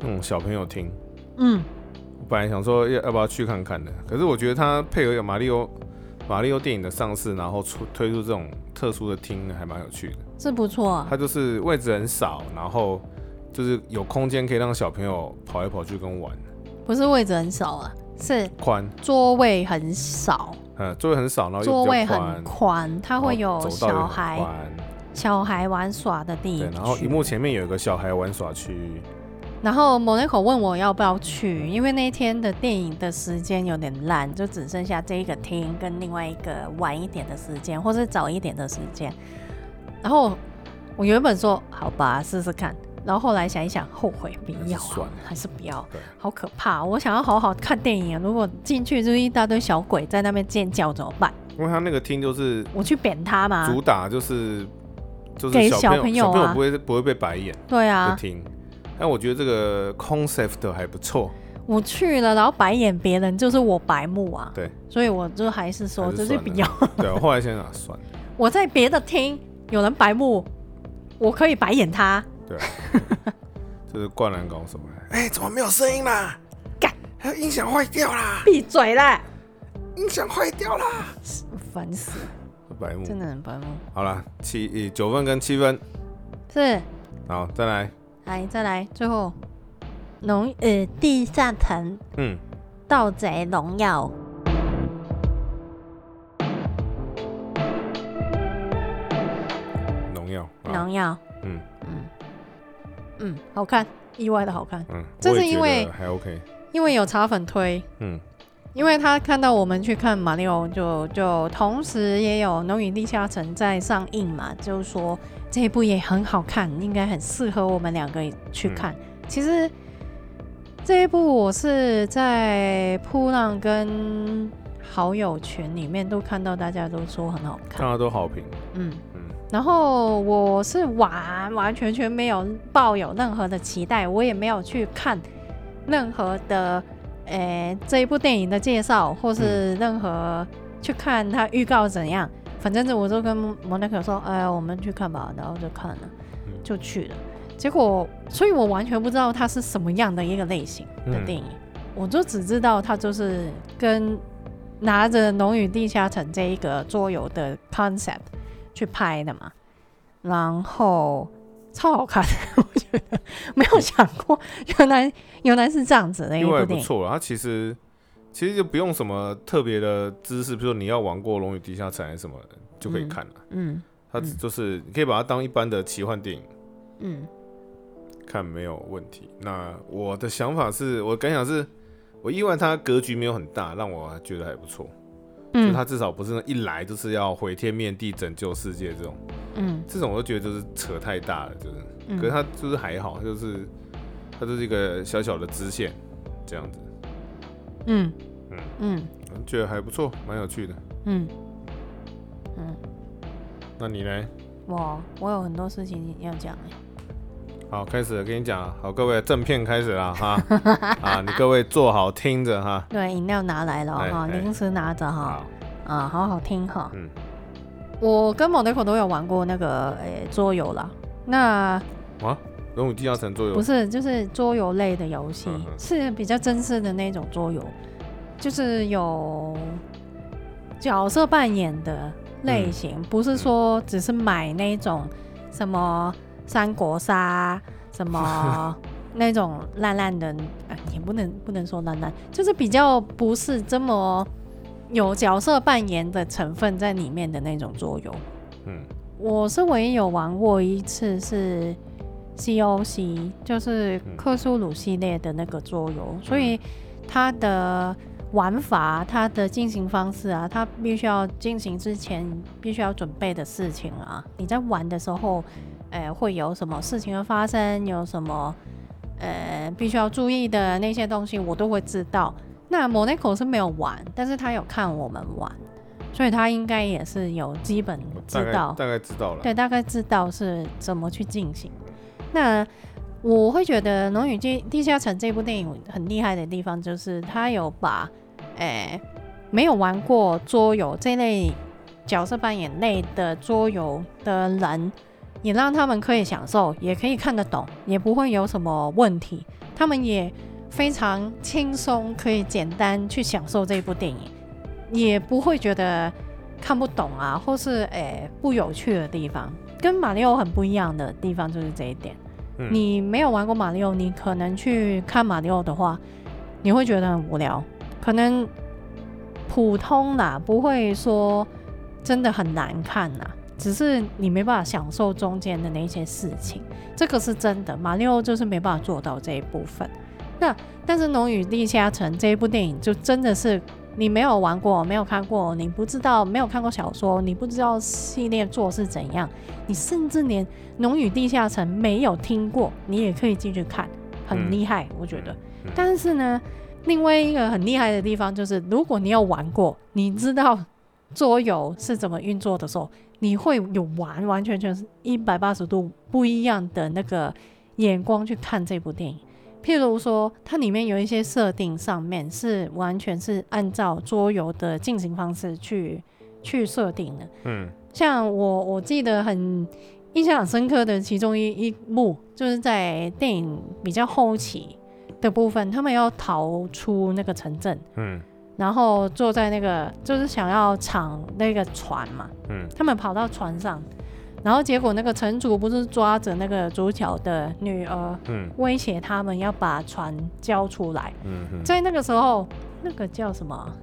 那种小朋友厅。
嗯。
我本来想说要要不要去看看的，可是我觉得它配合有马里奥马里奥电影的上市，然后出推出这种特殊的厅，还蛮有趣的。
是不错、啊，
它就是位置很少，然后就是有空间可以让小朋友跑来跑去跟玩，
不是位置很少啊，是
宽，
座位很少，
嗯，座位很少，然后
座
又比
位
较宽
很，宽，它
它
会有小孩
宽，
小孩玩耍的地
对，
区。
然后荧幕前面有一个小孩玩耍区，
然后 Monaco 问我要不要去，因为那一天的电影的时间有点烂，就只剩下这一个厅跟另外一个晚一点的时间，或是早一点的时间。然后我我原本说好吧，试试看，然后后来想一想，后悔不
还是
要
算
啊
了，
还是不要
对，
好可怕！我想要好好看电影啊，如果进去就是一大堆小鬼在那边尖叫怎么办？
因为他那个厅就是
我去扁他嘛？
主打就是就是
给
小
小
朋友
朋友
小朋
啊
友不会不会被白眼
对
的
啊，
厅，但我觉得这个 concept 还不错，
我去了，然后白眼别人就是我白目 啊。
对，
所以我就还是说，
还
就是是
算
比
了
较。
对啊，我后来想想算了，
我在别的厅有人白目，我可以白眼他。
对 啊，就是灌篮高手，哎、怎么没有声音啦？
干，
还有音响坏掉啦，
闭嘴啦！
音响坏掉啦，
烦死，
白目，
真的很白目。
好啦，七呃九分跟七分，
是，
好，再来，
来再来，最后农呃地下城
嗯，
盗贼荣耀。
农药，啊，
荣耀，
嗯
嗯嗯，好看，意外的好看，
嗯，
这
我也
是因
觉得
为
还 OK，
因为有茶粉推，
嗯，
因为他看到我们去看马里奥，就就同时也有《龙与地下城》在上映嘛，就是说这一部也很好看，应该很适合我们两个去看。其实这一部我是在扑浪跟好友群里面都看到大家都说很好看，
看到都好评，
嗯。
嗯
然后我是完完全全没有抱有任何的期待，我也没有去看任何的，诶、这一部电影的介绍，或是任何去看它预告怎样。反正我就跟摩纳克说，哎呀，我们去看吧，然后就看了，
嗯
就去了。结果，所以我完全不知道它是什么样的一个类型的
嗯
电影，我就只知道它就是跟拿着《龙与地下城》这一个桌游的 concept 去拍的嘛，然后超好看， 我觉得没有想过，原来原来是这样子的一
意外
部
嗯不
电影，
错啦，它其实其实就不用什么特别的知识，比如说你要玩过《龙与地下城》还是什么，就可以
嗯
看了。
嗯
它
嗯
就是你可以把它当一般的奇幻电影
嗯
看，没有问题。那我的想法是，我感想是，我意外它格局没有很大，让我觉得还不错。就
嗯
它至少不是那一来就是要毁天灭地、拯救世界这种，
嗯
这种我就觉得就是扯太大了，就是。
嗯，
可是它就是还好，它就是它就是一个小小的支线这样子，
嗯
嗯
嗯
觉得还不错，蛮有趣的。
嗯，
那你呢？
我我有很多事情要讲欸
好，开始了跟你讲啊，好，各位正片开始了 哈，啊，你各位坐好听着哈，
对，饮料拿来了
哎
哈，
哎
零食拿着哈
好，，
啊，好好听哈。
嗯
我跟某 o 口都有玩过那个诶、桌游啦，那
啊，龙与地下城桌
不
游，
是，就是桌游类的游戏
嗯，哼
是比较真实的那种桌游，就是有角色扮演的类型，
嗯
不是说只是买那种什么三国杀什 么那种烂烂的，呃也不能不能说烂烂，就是比较不是这么有角色扮演的成分在里面的那种桌游。
嗯
我是唯一有玩过一次是 COC，就是
嗯
克苏鲁系列的那个桌游，所以它的玩法、它的进行方式啊，它必须要进行之前必须要准备的事情啊，你在玩的时候，呃，会有什么事情的发生，有什么呃必须要注意的那些东西，我都会知道。那 Monaco 是没有玩，但是他有看我们玩，所以他应该也是有基本
我大
知
概
道。
大概知道了，
对，大概知道是怎么去进行。那我会觉得《龙与地地下城》这部电影很厉害的地方，就是它有把诶、没有玩过桌游这类角色扮演类的桌游的人，也让他们可以享受，也可以看得懂，也不会有什么问题，他们也非常轻松，可以简单去享受这部电影，也不会觉得看不懂啊，或是诶、不有趣的地方，跟马里奥很不一样的地方就是这一点。
嗯
你没有玩过马里奥，你可能去看马里奥的话，你会觉得很无聊，可能普通啦，不会说真的很难看啦。只是你没办法享受中间的那一些事情，这个是真的。马里奥就是没办法做到这一部分。那但是《龙与地下城》这一部电影就真的是你没有玩过、没有看过，你不知道、没有看过小说，你不知道系列作是怎样，你甚至连《龙与地下城》没有听过，你也可以进去看，很厉害，我觉得。
嗯
但是呢，另外一个很厉害的地方就是，如果你有玩过，你知道桌游是怎么运作的时候，你会有完完全全一百八十度不一样的那个眼光去看这部电影。譬如说，它里面有一些设定上面是完全是按照桌游的进行方式去去设定的。
嗯
像我我记得很印象很深刻的其中一一幕，就是在电影比较后期的部分，他们要逃出那个城镇，
嗯
然后坐在那个就是想要抢那个船嘛，
嗯
他们跑到船上，然后结果那个城主不是抓着那个主角的女儿，
嗯
威胁他们要把船交出来。
嗯嗯，
在那个时候，那个叫什么啊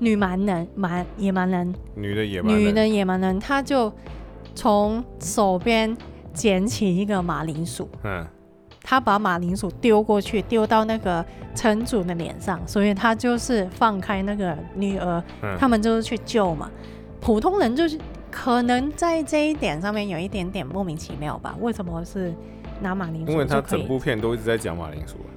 女蛮人、蛮野蛮人
女的野蛮人，
女的野蛮人，她就从手边捡起一个马铃薯，
嗯
她把马铃薯丢过去，丢到那个城主的脸上，所以她就是放开那个女儿，
嗯，
他们就是去救嘛。普通人就是可能在这一点上面有一点点莫名其妙吧？为什么是拿马铃薯就可以？
因为他整部片都一直在讲马铃薯啊，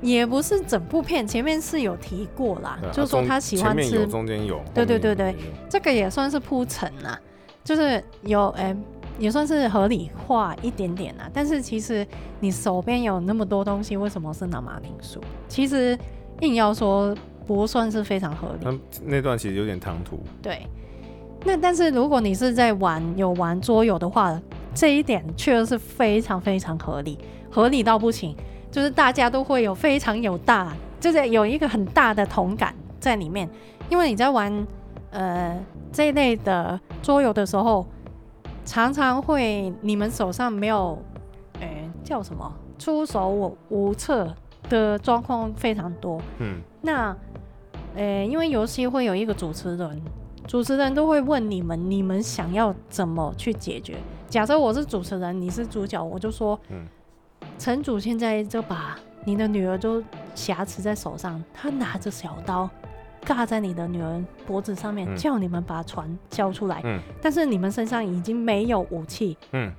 也不是整部片，前面是有提过啦，
对啊
就是说
中
他喜
前
欢
面有
吃
中间有，
对
后面
对对
也
对
有，
这个也算是铺陈啦，就是有诶、也算是合理化一点点啦。但是其实你手边有那么多东西，为什么是拿马铃薯？其实硬要说不算是非常合理。
那那段其实有点唐突，
对，那但是如果你是在玩有玩桌游的话，这一点确实是非常非常合理，合理到不行，就是大家都会有非常有大，就是有一个很大的同感在里面，因为你在玩呃这一类的桌游的时候，常常会你们手上没有，呃叫什么出手无无策的状况非常多，
嗯
那，呃，因为游戏会有一个主持人，主持人都会问你们，你们想要怎么去解决？假设我是主持人，你是主角，我就说，
嗯
城主现在就把你的女儿就挟持在手上，他拿着小刀。尬在你的女儿脖子上面，
嗯
叫你们把船交出来。
嗯
但是你们身上已经没有武器，
嗯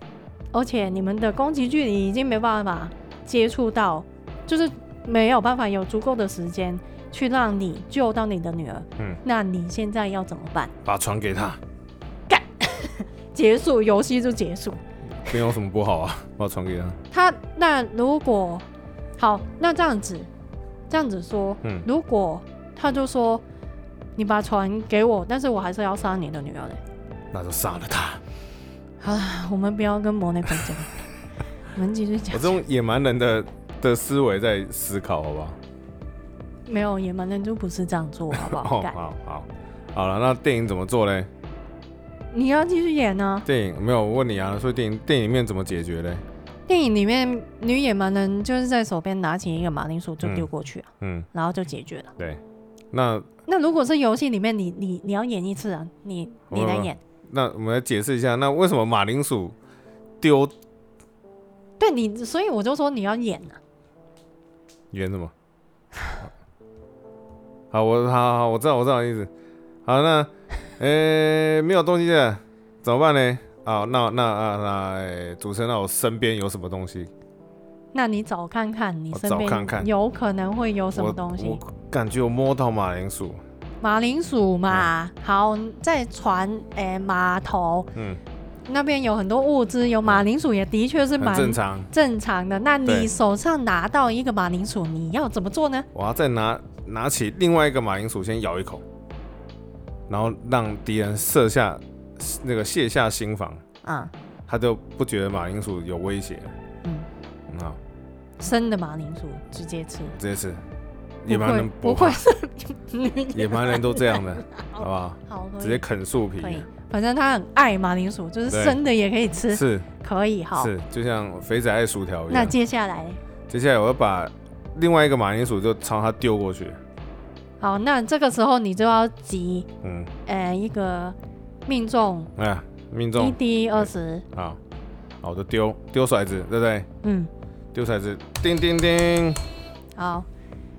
而且你们的攻击距离已经没办法接触到，就是没有办法有足够的时间去让你救到你的女儿。
嗯，
那你现在要怎么办？
把船给 他，
结束游戏就结束。
没有什么不好啊，把船给他，
他那如果好，那这样子，这样子说，
嗯
如果他就说你把船给我，但是我还是要杀你的女儿嘞。
那就杀了他。
好了，我们不要跟摩内分 讲，我们继续讲
我这。种野蛮人的的思维在思考，好不
哦
好？
没有野蛮人就不是这样做，好不好？
哦，
干
好好好了，那电影怎么做嘞？
你要继续演啊呢、
电影没有我问你啊，所以电影电影里面怎么解决嘞？
电影里面女野蛮人就是在手边拿起一个马铃薯就丢过去啊、
嗯，
然后就解决了。
对，那
那如果是游戏里面你，你你要演一次啊，你你来演，
那我们来解释一下，那为什么马铃薯丢
对你，所以我就说你要演啊。
圆什么？ 好，我好好好，我知道我知道你的意思。好，那呃、没有东西的怎么办呢？啊，那那啊那、呃主持人，那我身边有什么东西？
那你找看看，你
我
身
找看看
边有可能会有什么
我
东西？
我感觉我摸到马铃薯，
马铃薯嘛，好，在船诶、码头
嗯，
那边有很多物资，有马铃薯也的确是
很
蛮
正常。
正常的。那
对
你手上拿到一个马铃薯，你要怎么做呢？
我要再拿拿起另外一个马铃薯，先咬一口，然后让敌人设下那个卸下心防，
啊、
他就不觉得马铃薯有威胁了。
嗯，
嗯，好，
生的马铃薯直接吃。
这次
不
野蛮人
会，不
怕
会 是女
野蛮人都这样的，好不好？
好，可以
直接啃树皮啊
可，以，反正他很爱马铃薯，就是
对
生的也可以吃，
是
可以好。
是，啊就像肥仔爱薯条一
那
样。
接下来，
接下来我要把另外一个马铃薯就朝他丢过去，
好，那这个时候你就要集
嗯，
呃一个命中
哎，命
一
中
滴二十，
啊，好，我就丢丢骰子，对不对？
嗯，
丢骰子，叮叮叮，
好。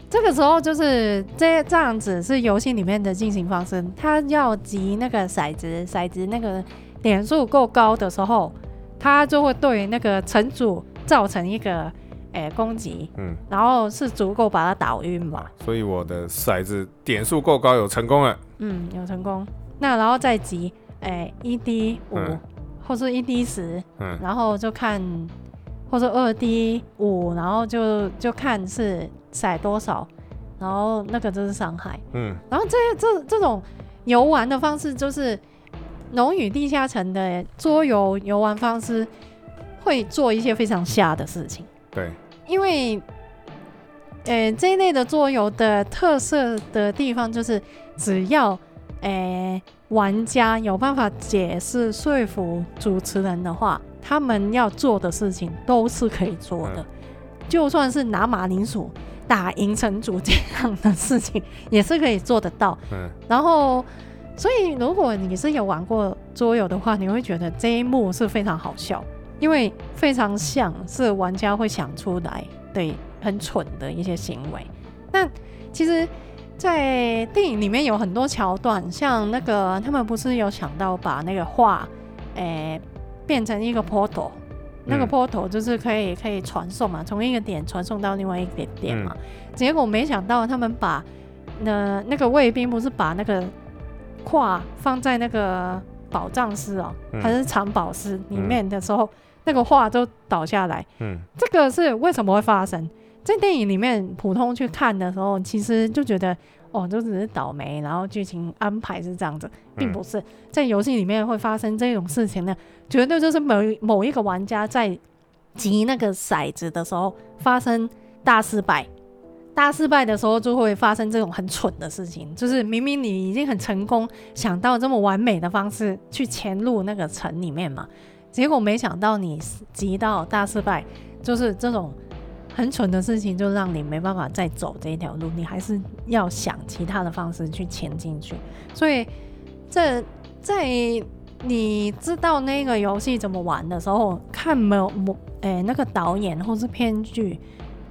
这个时候就是这这样子是游戏里面的进行方式，它要集那个骰子，骰子那个点数够高的时候，它就会对那个城主造成一个诶、攻击，
嗯，
然后是足够把它打晕嘛
好。，所以我的骰子点数够高，有成功了，
嗯，有成功。那然后再集，哎、一滴五
嗯
或是一滴十，
嗯，
然后就看，或者二滴五，然后就就看是骰多少，然后那个就是伤害。
嗯，
然后这这这种游玩的方式，就是《龙与地下城》的桌游游玩方式，会做一些非常瞎的事情。
对，
因为，呃，这一类的桌游的特色的地方就是，只要呃玩家有办法解释说服主持人的话，他们要做的事情都是可以做的，
嗯
就算是拿马铃薯。打赢城主这样的事情也是可以做得到，
嗯，
然后，所以如果你是有玩过桌游的话，你会觉得这一幕是非常好笑，因为非常像是玩家会想出来的很蠢的一些行为。那其实，在电影里面有很多桥段，像那个他们不是有想到把那个画，诶、变成一个 portal。那个
嗯
portal 就是可以可以传送嘛，从一个点传送到另外一个点
嗯
嘛。结果没想到他们把呃那那个卫兵不是把那个胯放在那个宝藏室哦、
嗯
还是藏宝室里面的时候，那个画都倒下来。
嗯，
这个是为什么会发生？在电影里面普通去看的时候，其实就觉得哦，就只是倒霉，然后剧情安排是这样子，
嗯
并不是在游戏里面会发生这种事情呢，绝对就是某某一个玩家在集那个骰子的时候发生大失败。大失败的时候就会发生这种很蠢的事情，就是明明你已经很成功，想到这么完美的方式去潜入那个城里面嘛，结果没想到你集到大失败，就是这种很蠢的事情，就让你没办法再走这一条路，你还是要想其他的方式去前进去。所以这在你知道那个游戏怎么玩的时候，看某某诶那个导演或是编剧，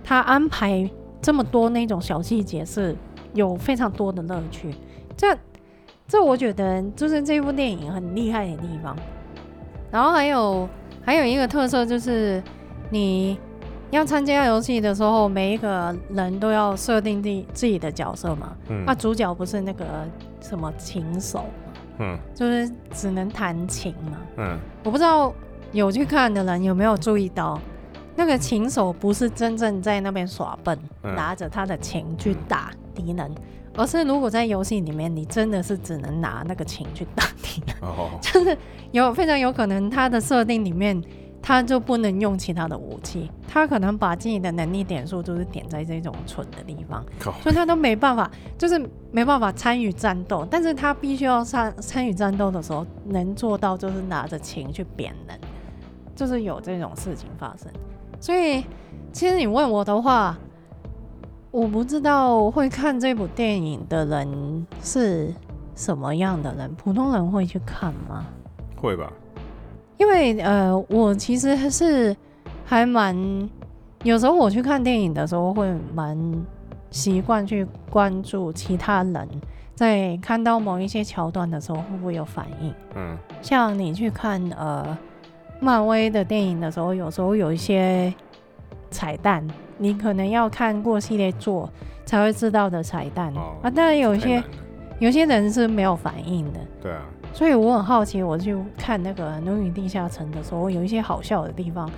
他安排这么多那种小细节是有非常多的乐趣。这这我觉得就是这部电影很厉害的地方。然后还有还有一个特色就是你要参加游戏的时候，每一个人都要设定自己自己的角色嘛。
嗯
那、，主角不是那个什么琴手，
嗯，
就是只能弹琴嘛。
嗯，
我不知道有去看的人有没有注意到，那个琴手不是真正在那边耍笨，
嗯
拿着他的琴去打敌人，而是如果在游戏里面，你真的是只能拿那个琴去打 敌人，
哦，
就是有非常有可能他的设定里面。他就不能用其他的武器，他可能把自己的能力点数就是点在这种蠢的地方，
靠，
所以他都没办法，就是没办法参与战斗。但是他必须要参参与战斗的时候，能做到就是拿着琴去扁人，就是有这种事情发生。所以，其实你问我的话，我不知道会看这部电影的人是什么样的人，普通人会去看吗？
会吧？
因为呃，我其实是还蛮，有时候我去看电影的时候会蛮习惯去关注其他人在看到某一些桥段的时候会不会有反应。
嗯，
像你去看呃漫威的电影的时候，有时候有一些彩蛋，你可能要看过系列作才会知道的彩蛋、
哦
啊。当然有
太
些
难了
有些人是没有反应的。
对啊，
所以我很好奇，我去看那个《龙与地下城》的时候，有一些好笑的地方，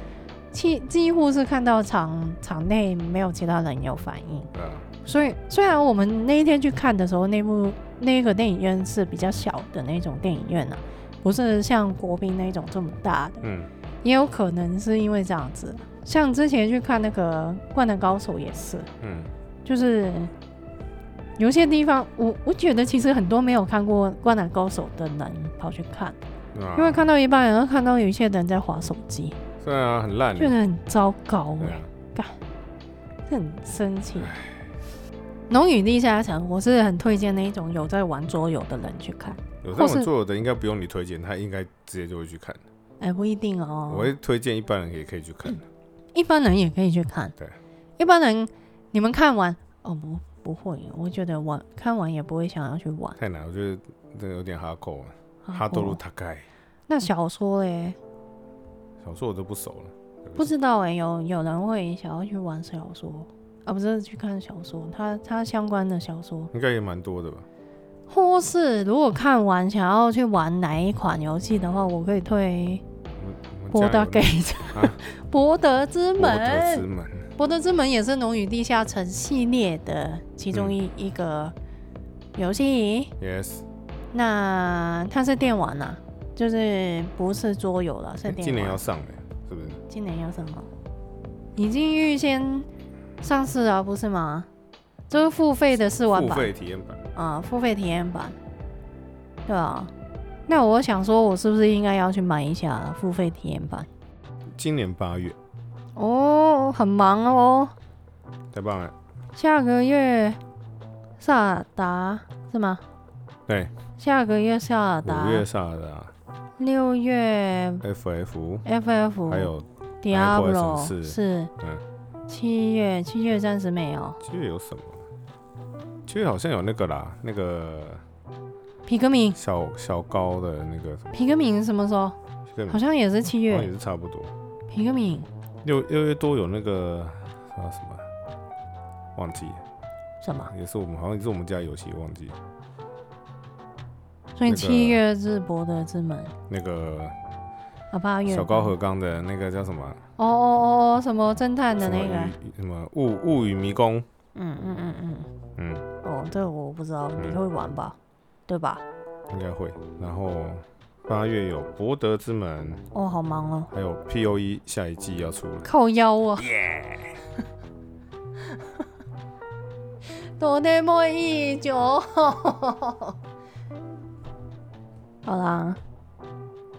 几几乎是看到场场内没有其他人有反应。
对啊，
所以虽然我们那一天去看的时候，那部那个电影院是比较小的那种电影院啊，不是像国宾那种这么大的，
嗯，
也有可能是因为这样子。像之前去看那个《灌篮高手》也是，
嗯，
就是有些地方，我我觉得其实很多没有看过《灌篮高手》的人跑去看，
对啊，
因为看到一半，然后看到有一些人在划手机，
对啊，很烂欸，
觉得很糟糕
对
哎、
啊，
很生气。 《龙与地下城》，我是很推荐那一种有在玩桌游的人去看。
有在
或
玩
是
桌游的应该不用你推荐，他应该直接就会去看。
哎、不一定
我
哦，
会推荐一般人也可以去看。
一般人也可以去看。
对，
一般人你们看完哦不不会，我觉得玩看完也不会想要去玩。
太难，我觉得这个有点哈扣啊，
啊
哈多鲁
哦
塔盖
那小说嘞，
小说我都不熟了。
不知道哎、有有人会想要去玩小说啊？不是去看小说，他他相关的小说，
应该也蛮多的吧？
或是如果看完想要去玩哪一款游戏的话，我可以推
我
《
们
博
家
德
有
给》
啊
博德之
博德之
门》。
门，
《博德之门》也是《龙与地下城》系列的其中
嗯
一、一个游戏。
yes，
那它是电玩啊，就是不是桌游了，是
哎
电玩。
今年要上哎，是不是？
今年要上了，已经预先上市了，不是吗？这是付费的试玩
付
版
费体验版，
啊、付费体验版，对啊。那我想说，我是不是应该要去买一下付费体验版？
今年八月，
哦，很忙哦，
太棒了！
下个月萨达是吗？
对，
下个月萨达
五，月萨的啊
六月
FF，
FF，
还有
Diablo
是
是，
嗯
七月七月暂时没有，
七月有什么？七月好像有那个啦，那个
皮革敏
小小高的那个什么
皮革敏什么时候？
这个
好像也是七
嗯好像也
月，
是差不多。
皮革敏
六六月多有那个啊什么，啊忘记了，
什么？
也是我们好像也是我们家的游戏，忘记了
所以
那个
七月是博德之门
那个
啊，八月
小高和刚的那个叫什么啊
哦哦哦哦，什么侦探的
什么
那个，
与什么物物语迷宫，
嗯嗯嗯嗯，
嗯，
哦，这个我不知道，你会玩吧？对吧？
应该会。然后八月有博德之门，
哦，好忙哦，
还有 P O E 下一季要出了，
靠腰啊！ 多内莫一九，好啦，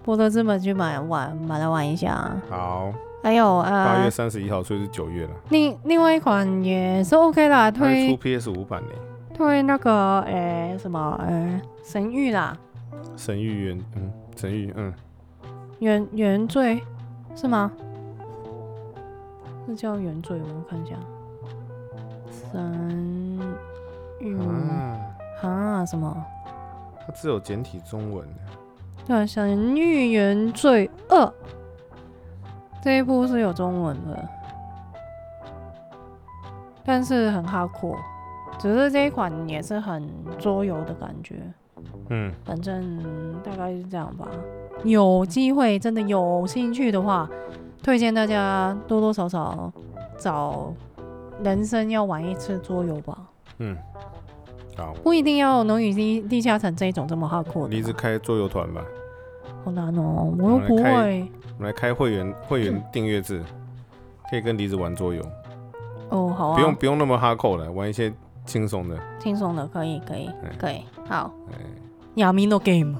博德之门去买玩，买来玩一下啊。
好，
还有
八
啊
月，三十一号，所以是九月了。
另另外一款也是 OK 啦，
它会出
推
PS 五版嘞，
推那个诶、什么诶、神域啦，
《神域原》嗯，《神域》嗯，
原原罪是吗？是叫原罪吗？我看一下，神域
啊，
啊什么？
它只有简体中文，
对啊，《神域原罪二》这一部是有中文的，但是很哈酷，只是这一款也是很桌游的感觉。
嗯，
反正大概是这样吧。有机会真的有兴趣的话，推荐大家多多少少找人生要玩一次桌游吧，
嗯好，
不一定要《龙与地地下城》这一种这么好酷
你一直
的，
开桌游团吧，
好难哦，我又不
我们来
会
我们来开会员会
嗯
员订阅制，可以跟梨子玩桌游，
哦。好
不用
啊，
不用那么哈扣了，玩一些轻松的，
轻松的，可以，可以
嗯，
可以。好，
哎，
亚米诺 game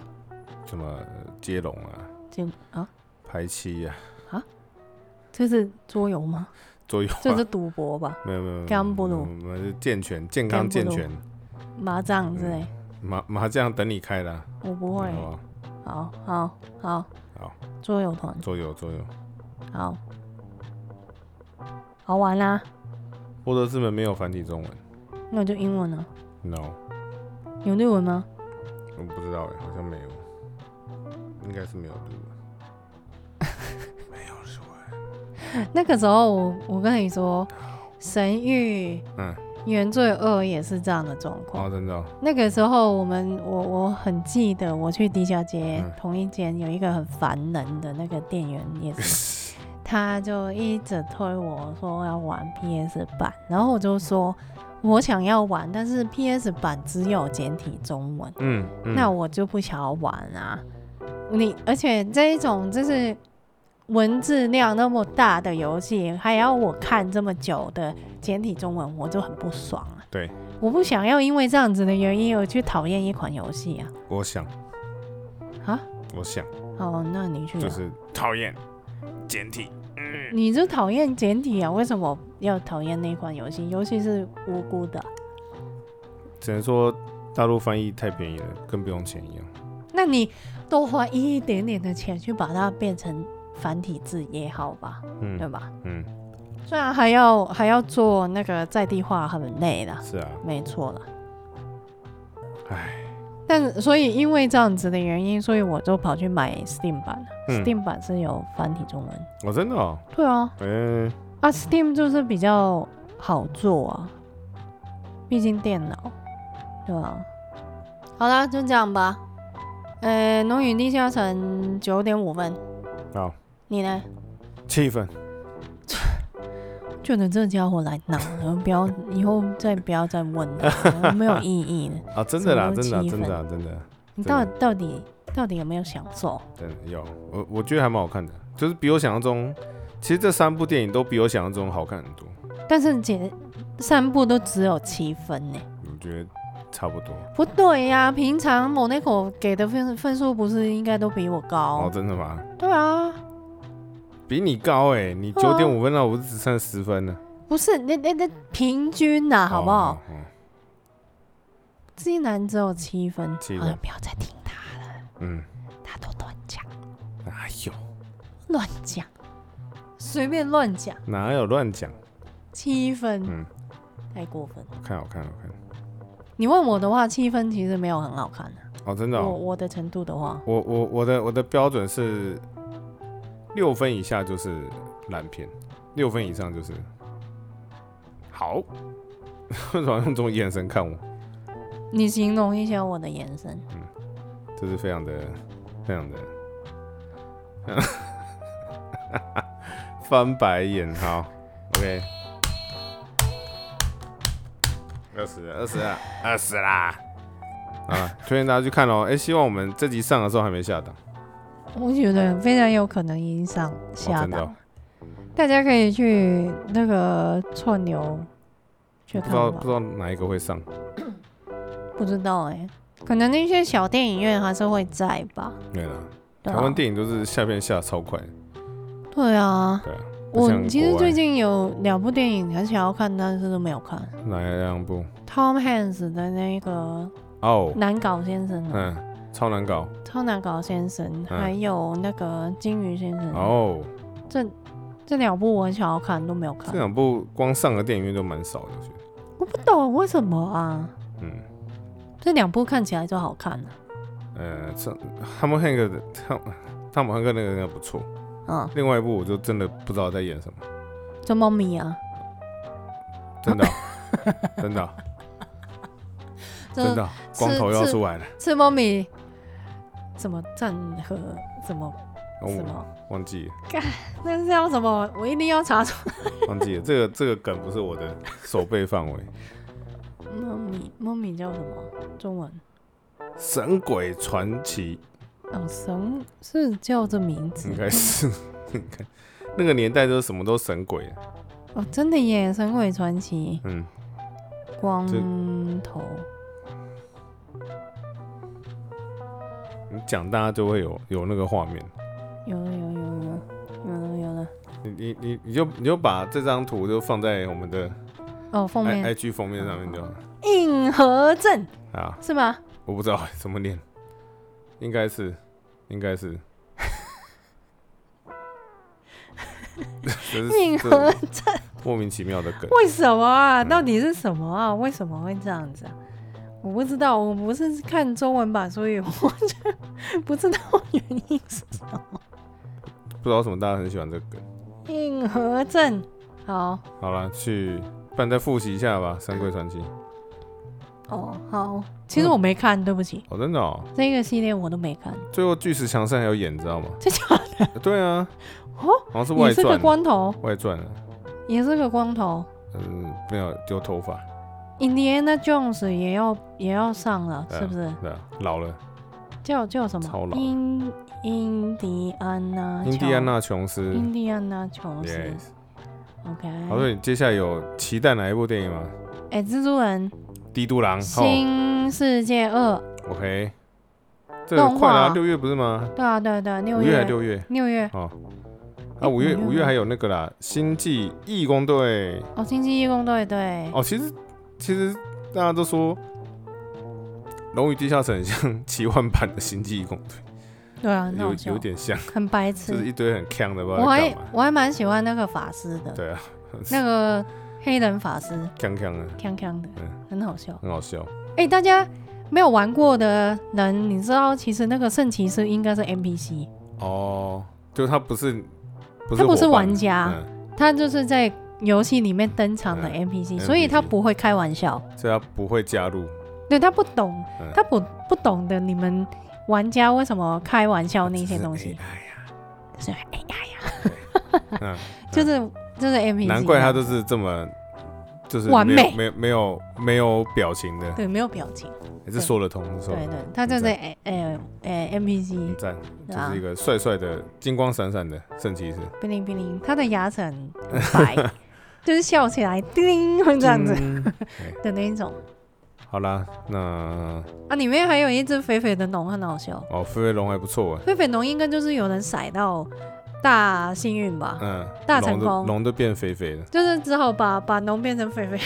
什么呃接龙啊、
这啊，
排期啊、
这是桌游吗？
桌游啊，
这是赌博吧？
没有没有没有
Gambolo
我们是健全、健康、
Gambolo
健全
麻将之类，
麻麻将等你开啦，
我不
好
会
不。好？
好好好
好，
桌游团。
桌游桌游，
好，好玩啦、
波德之门没有繁体中文
那我就英文了。
，no。
有日文吗？
我不知道哎，好像没有，应该是没有录的。
那个时候我我跟你说，《神域》
嗯
原罪二》也是这样的状况。
哦，真的哦、
那个时候我们我我很记得，我去地下街、
嗯
同一间有一个很烦人的那个店员也 是，他就一直推我说要玩 PS 版，然后我就说我想要玩，但是 PS 版只有简体中文。
嗯，嗯
那我就不想要玩啊。你而且这一种就是文字量那么大的游戏，还要我看这么久的简体中文，我就很不爽啊。
对，
我不想要因为这样子的原因而去讨厌一款游戏啊。
我想
啊，
我想
哦，那你去啊、
就是讨厌简体，
你就讨厌简体啊？为什么要讨厌那款游戏？游戏是无辜的啊，
只能说大陆翻译太便宜了，跟不用钱一样。
那你多花一点点的钱去把它变成繁体字也好吧，对
嗯
吧？
嗯，
虽然还要还要做那个在地化，很累的，
是啊，
没错了。
唉，
但所以因为这样子的原因，所以我就跑去买 Steam 版了、
嗯
Steam 版是有繁体中文，
哦，真的哦，
对啊，
嗯、
啊，Steam 就是比较好做啊，毕竟电脑，对啊吧、好啦，就这样吧。呃，《龙与地下城》九点五分，
好，
你呢？
气氛
就等这家伙来闹，然后不要以后再不要再问 了，没有意义了。
啊，真的啦，
什么
真的啊、
气
真的啊、真的啊、
你到底到底到底有没有享受？
真的有，我我觉得还蛮好看的，就是比我想象中，其实这三部电影都比我想象中好看很多，
但是姐散步都只有七分呢、
我觉得差不多。
不对呀、平常某那口给的分分数不是应该都比我
哦，
高？
真的吗？
对啊，
比你高哎、你
对啊
九点五分了，我只剩十分了，
不是那那那平均呐、啊好不好？
哦？哦
竟然只有七分，
七
好
分
了，不要再听他，
哦嗯，哎
他都乱讲
哪有
乱讲，随便乱讲，
哪有乱讲？
七分，
嗯
太过分了。
好看好看好看
你问我的话，七分其实没有很好看的、
哦，真的、
我
哦，
我的程度的话，
我我我的我的标准是六分以下就是烂片，六分以上就是好。 为什么要用这种眼神看我？
你形容一下我的眼神，
这是非常的非常的 翻白眼。好，OK，二十二十啊，二十啦。啊，推荐大家去看哦。哎、希望我们这集上的时候还没下档。
我觉得非常有可能影响下
真的
档。
哦
大家可以去那个串流去
不
看
知道
吧
不知，道哪一个会上。
不知道哎、可能那些小电影院还是会在吧。
对了，
对
台
啊
湾电影都是下片下超快的，
对啊，
对啊。不
我
像
其实
国外
最近有两部电影很想要看，但是都没有看。
哪两部？
Tom Hanks 的那个
哦，
难搞先生啊、
嗯，超难搞。
超难搞先生，
嗯
还有那个金鱼先生，
哦，
这这两部我很想要看，都没有
这
看。
两部光上的电影院都蛮少的，我觉得。
我不懂为什么啊，
嗯，
这两部看起来就好看了、
呃，这他们那个汤汤姆汉克那个应该不错，
啊。
另外一部我就真的不知道在演什么，
嗯，这猫咪啊，
真 的哦、真的哦、真
这
的哦、光头又要出来了，
吃猫咪怎么战和怎么什
哦我
么？
忘记了，
那是叫什么？我一定要查出
忘记了，这 个这个梗不是我的手背范围，
猫咪猫咪叫什么？中文？
《神鬼传奇
哦，神是叫这名》字
应该是，应该那个年代就是什么都神鬼啊，
哦，真的耶，《神鬼传奇
嗯，》
光头
你讲大家就会有有那个画面，
有了有了有了有了有了
你你你你就你就把这张图就放在我们的
哦，封
i
面
i g 封面上面就好了
硬核症
啊。
是吗？
我不知道 怎么念，应该是，应该 是。这是
硬
这
核
是莫名其妙的梗，
为什么啊？
嗯
到底是什么啊？为什么会这样子啊？我不知道，我不是看中文版，所以我就 不知道原因是什么。
不知道为什么大家很喜欢这个梗。
硬核症，好
好了，去，不然再复习一下吧，《三桂传奇》
哦好，其实我没看，对不起，
哦，真的哦，
这个系列我都没看。
最后巨石强森还有演，你知道吗？
这假
对啊，
哦，
好像 是
也
外
是个
传，
光头，
外传啊，
也是个光头。
嗯，没有丢头发，
Indiana Jones 也要也要上了，
对啊
是不是？
对啊，老了，
叫叫什
超
么
老？
印印第安纳
印第安纳琼斯
印第安纳琼斯。
，yes。
OK，
好，所以接下来有期待哪一部电影吗？
哎、蜘蛛人
《帝都狼》哦
新世界二，
，OK，这个快
动
啦，
画
六月不是吗？
对啊对啊对啊，六
五月还
月
六月
六月
哦。
诶
啊，五月
五月吗
五月还有那个啦，《星际义工队》
哦，星期义工队对，
哦。其实其实大家都说龙与地下城很像奇幻版的星际异攻队，
对啊，那
有
好笑
有，点像，
很白
就是
痴。
一堆很强的，不知
我
道在
还
干嘛。
我还蛮喜欢那个法师的，
对啊，
那个黑人法师，
强强的，
锵锵的
嗯，
很好笑。
很好笑。
哎、大家没有玩过的人，你知道其实那个圣骑士应该是 NPC，
哦，就他不是，不是
他不是
伙伴
玩家
嗯，
他就是在游戏里面登场的
嗯
NPC，、
NPC
所以他不会开玩笑，
所以他不会加入。
对他不懂
嗯，
他不不懂得你们玩家为什么开玩笑那些东西，
哎呀，
就是哎呀
嗯
呀，就是就是 NPC，
难怪他都是这么，就是
完
没有
美
没有没有没有表情的，
对没有表情，
还是说得通，是吧？
对对，他就是哎哎哎 NPC
很赞，嗯就
对啊
是一个帅帅的、金光闪闪的圣骑士，
冰灵冰灵，他的牙齿很 白，就是笑起来叮会这样子
嗯。
的那一种。
好啦，那
啊，里面还有一只肥肥的龙，很好笑。
哦，飞飞龙还不错哎，
肥肥龙应该就是有人甩到大幸运吧，
嗯，
大成
龙都
功
龙都变肥肥了，
就是只好把把龙变成肥肥，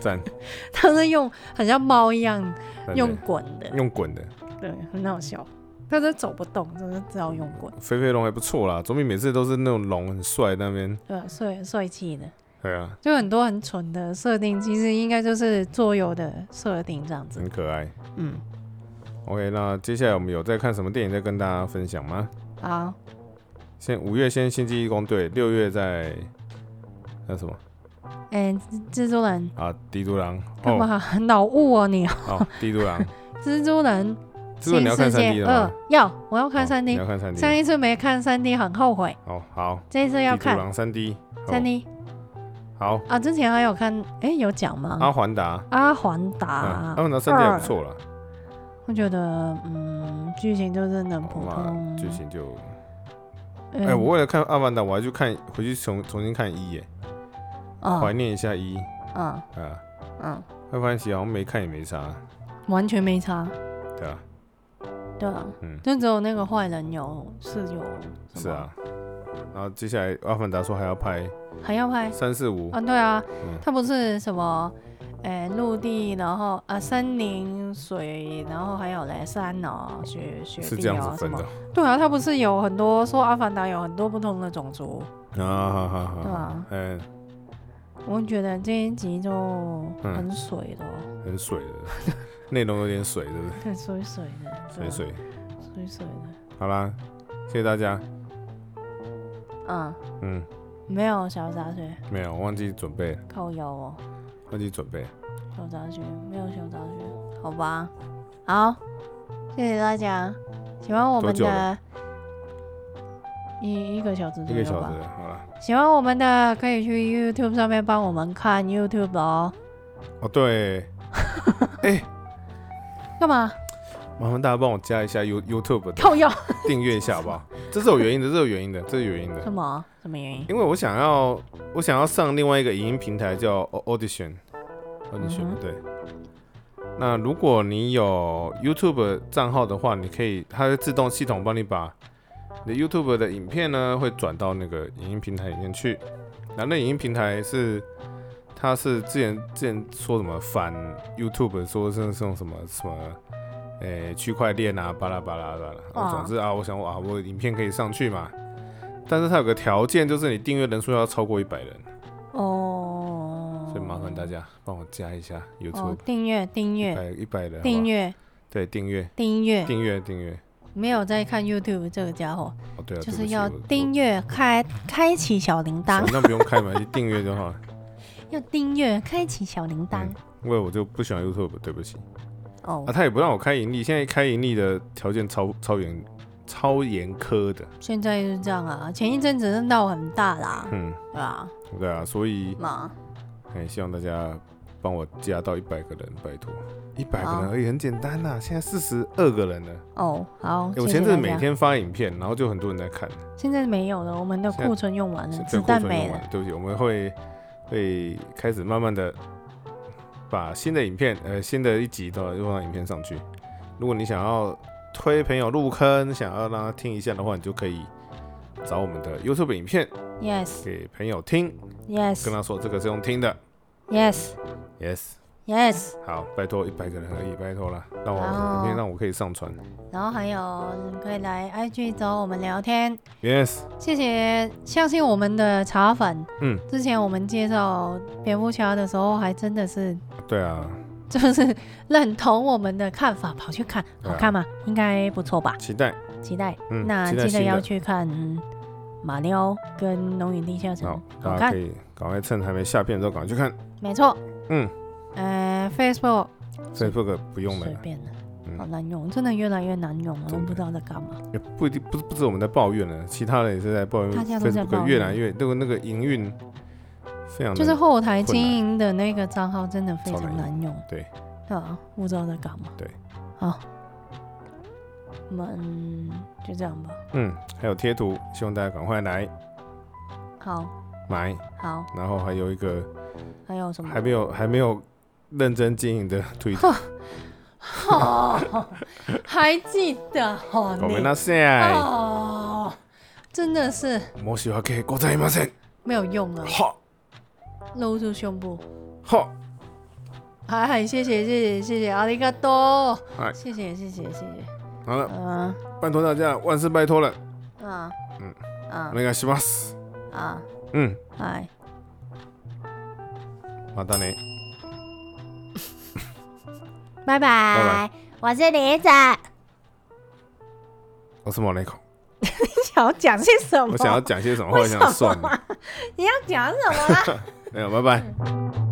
赞，
它是用很像猫一样
赞
用
赞
滚的，
用滚的，
对，很好笑。但是走不动，就是只好用滚，
肥肥龙还不错啦，总比每次都是那种龙很帅那边，
对啊，帅帅气的，
对啊，
就很多很蠢的设定，其实应该就是桌游的设定这样子。
很可爱。
嗯，
OK，那接下来我们有在看什么电影再跟大家分享吗？
好，
先五月先《星际义工队》，六月在那什么
哎、蜘蛛人
啊？帝都狼
干
哦
嘛、 脑雾哦你？
哦，帝都 狼，
蜘蛛人
这个你
新
要看
世
三
界
D 的
二
吗？
要，我要
哦
看三
你
D
要看三 D，
上一次没看三 D 很后悔，
哦，好，
这一次要
地主
看
狼三 D，哦
三 D
好，
啊。之前还有看，哎、有讲吗？
阿凡达，
阿凡
嗯
达
阿，凡达三 D 还不错啦，
我觉得嗯，剧情就是很
好
普
嘛，
通。
剧情就，
嗯，
哎，我为了看阿凡达，我还去看回去重重新看一耶，怀
嗯
念一下一
嗯
啊，
嗯，
会发现其实好像没看也没啥，
完全没差，
对啊，
对啊，
嗯
就只有那个坏人有是有什么
是，啊，然后接下来阿凡达说还要拍
还要拍
三四五，
啊，对啊
嗯，
他不是什么。哎，陆地，然后啊，森林、水，然后还有嘞山哦，雪雪
是
地
这样
哦，
子
什
分
么
的
对啊，他不是有很多说阿凡达有很多不同的种族，
啊，好好
对
好，
啊，
嗯，
我觉得这一集就很水的哦，
很水的，内容有点水，对不对？
很水水的， 对
水
啊
水，
水水的，
好啦，谢谢大家，
嗯，
嗯，
没有小杂学，
没有，我忘记准备了，
靠腰哦，
忘记准备了，
小杂学没有小杂学，好吧，好，谢谢大家，喜欢我
多
们
久
的
了
一一个小时
一
左
个
右
小
吧
时，了，好啦。
喜欢我们的可以去 YouTube 上面帮我们看 YouTube 哦，
哦，对，
干嘛？
麻烦大家帮我加一下 You YouTube 的
靠腰？
订阅一下，好不好？这是有原因的，这是有原因的，这是有原因的
什，么？什么原因？
因为我想要我想要上另外一个影音平台叫 Au- Audition Audition，、
嗯哼
对。那如果你有 YouTube 账号的话，你可以，它会自动系统帮你把你的 YouTube 的影片呢，会转到那个影音平台里面去。那那影音平台是，它是之前之前说什么反 YouTube，说是是用什么什么，诶、区块链啊，巴拉巴拉巴拉。然后
哇
总之啊，我想啊，我影片可以上去嘛。但是它有个条件，就是你订阅人数要超过一百人，
哦，
所以麻烦大家帮我加一下
哦
YouTube，，
订阅订阅
百一百人，好不好
订阅
对订阅
订阅，
订阅订阅，
没有在看 YouTube 这个家伙，
哦对啊，
就
对不
是
起
要
我我
订阅开开启小铃铛，
那不用开门，就订阅就好了。
要订阅开启小铃铛
嗯。因为我就不喜欢 YouTube，对不起
哦
啊，，他也不让我开盈利，现在开盈利的条件超超严超严苛的，
现在就是这样啊，前一阵子是闹很大啦，
嗯，
对吧？
对啊，所以
嘛，
哎、希望大家帮我加到一百个人，拜托，一百个
好
人而已，很简单呐、现在四十二个人了。
哦，好，
哎我
谢谢
前阵子
大
每
家
天发影片，然后就很多人在看，
现在没有了，我们的
现在
库存用完了，
对
嗯子
库
弹
存
没
用完
了，
了，对不起，我们会会开始慢慢的把新的影片，呃，新的一集的用到影片上去。如果你想要推朋友入坑，想要让他听一下的话，你就可以找我们的 YouTube 影片
yes
给朋友听，跟
yes
他说这个是用听的
yes，
，Yes，
Yes，
好，拜托一百个人而已，拜托了，让
然后
我里面让我可以上传。
然后还有你可以来 IG 找我们聊天。
Yes，
谢谢，相信我们的茶粉。
嗯，
之前我们介绍蝙蝠侠的时候，还真的是
对啊，
就是认同我们的看法，跑去看，
对
好
啊
看吗？应该不错吧？
期待，
期待。
嗯，
那
期待
记得
新
要
的。
去看马里奥跟《龙与地下城
好，》，
好
大家
看
可，以赶快趁还没下片的时候赶快去看。
没错。
嗯，
呃，Facebook
所以 f a c e 不用了
随，便了，
嗯
好难用，真的越来越难用了，
真
我
的
不知道在干嘛。
也不一定不是不止我们在抱怨了，其他人也是在抱怨
大家都在抱
Facebook
怨
越来越那个那个营运非常的
就是后台经营的那个账号真的非常难用，
对，
对啊，不知道在干嘛。
对，
好，我们就这样吧。
嗯，还有贴图，希望大家赶快来
好，
买，
好，
然后还有一个
还有什么？
还没有还没有认真经 营的推特，
哦， 还记得哦，
我们
你
那下，
哦，真的是
もしわけございません。
没有用啊，
好，
露出胸部。
好，
还很谢谢谢谢谢谢阿里嘎多
哎，
谢谢谢谢谢谢，
好了，
嗯
拜托大家，万事拜托了，
啊
嗯
啊
お願いします。
啊，
嗯，
哎，
またね。
拜
拜
拜，我是李子。
我是莫雷口，
想要讲些什么？
我想要讲些什么话，
为
我
什
想
么
算了。哎
啊？你要讲什么啦？
没有，拜拜。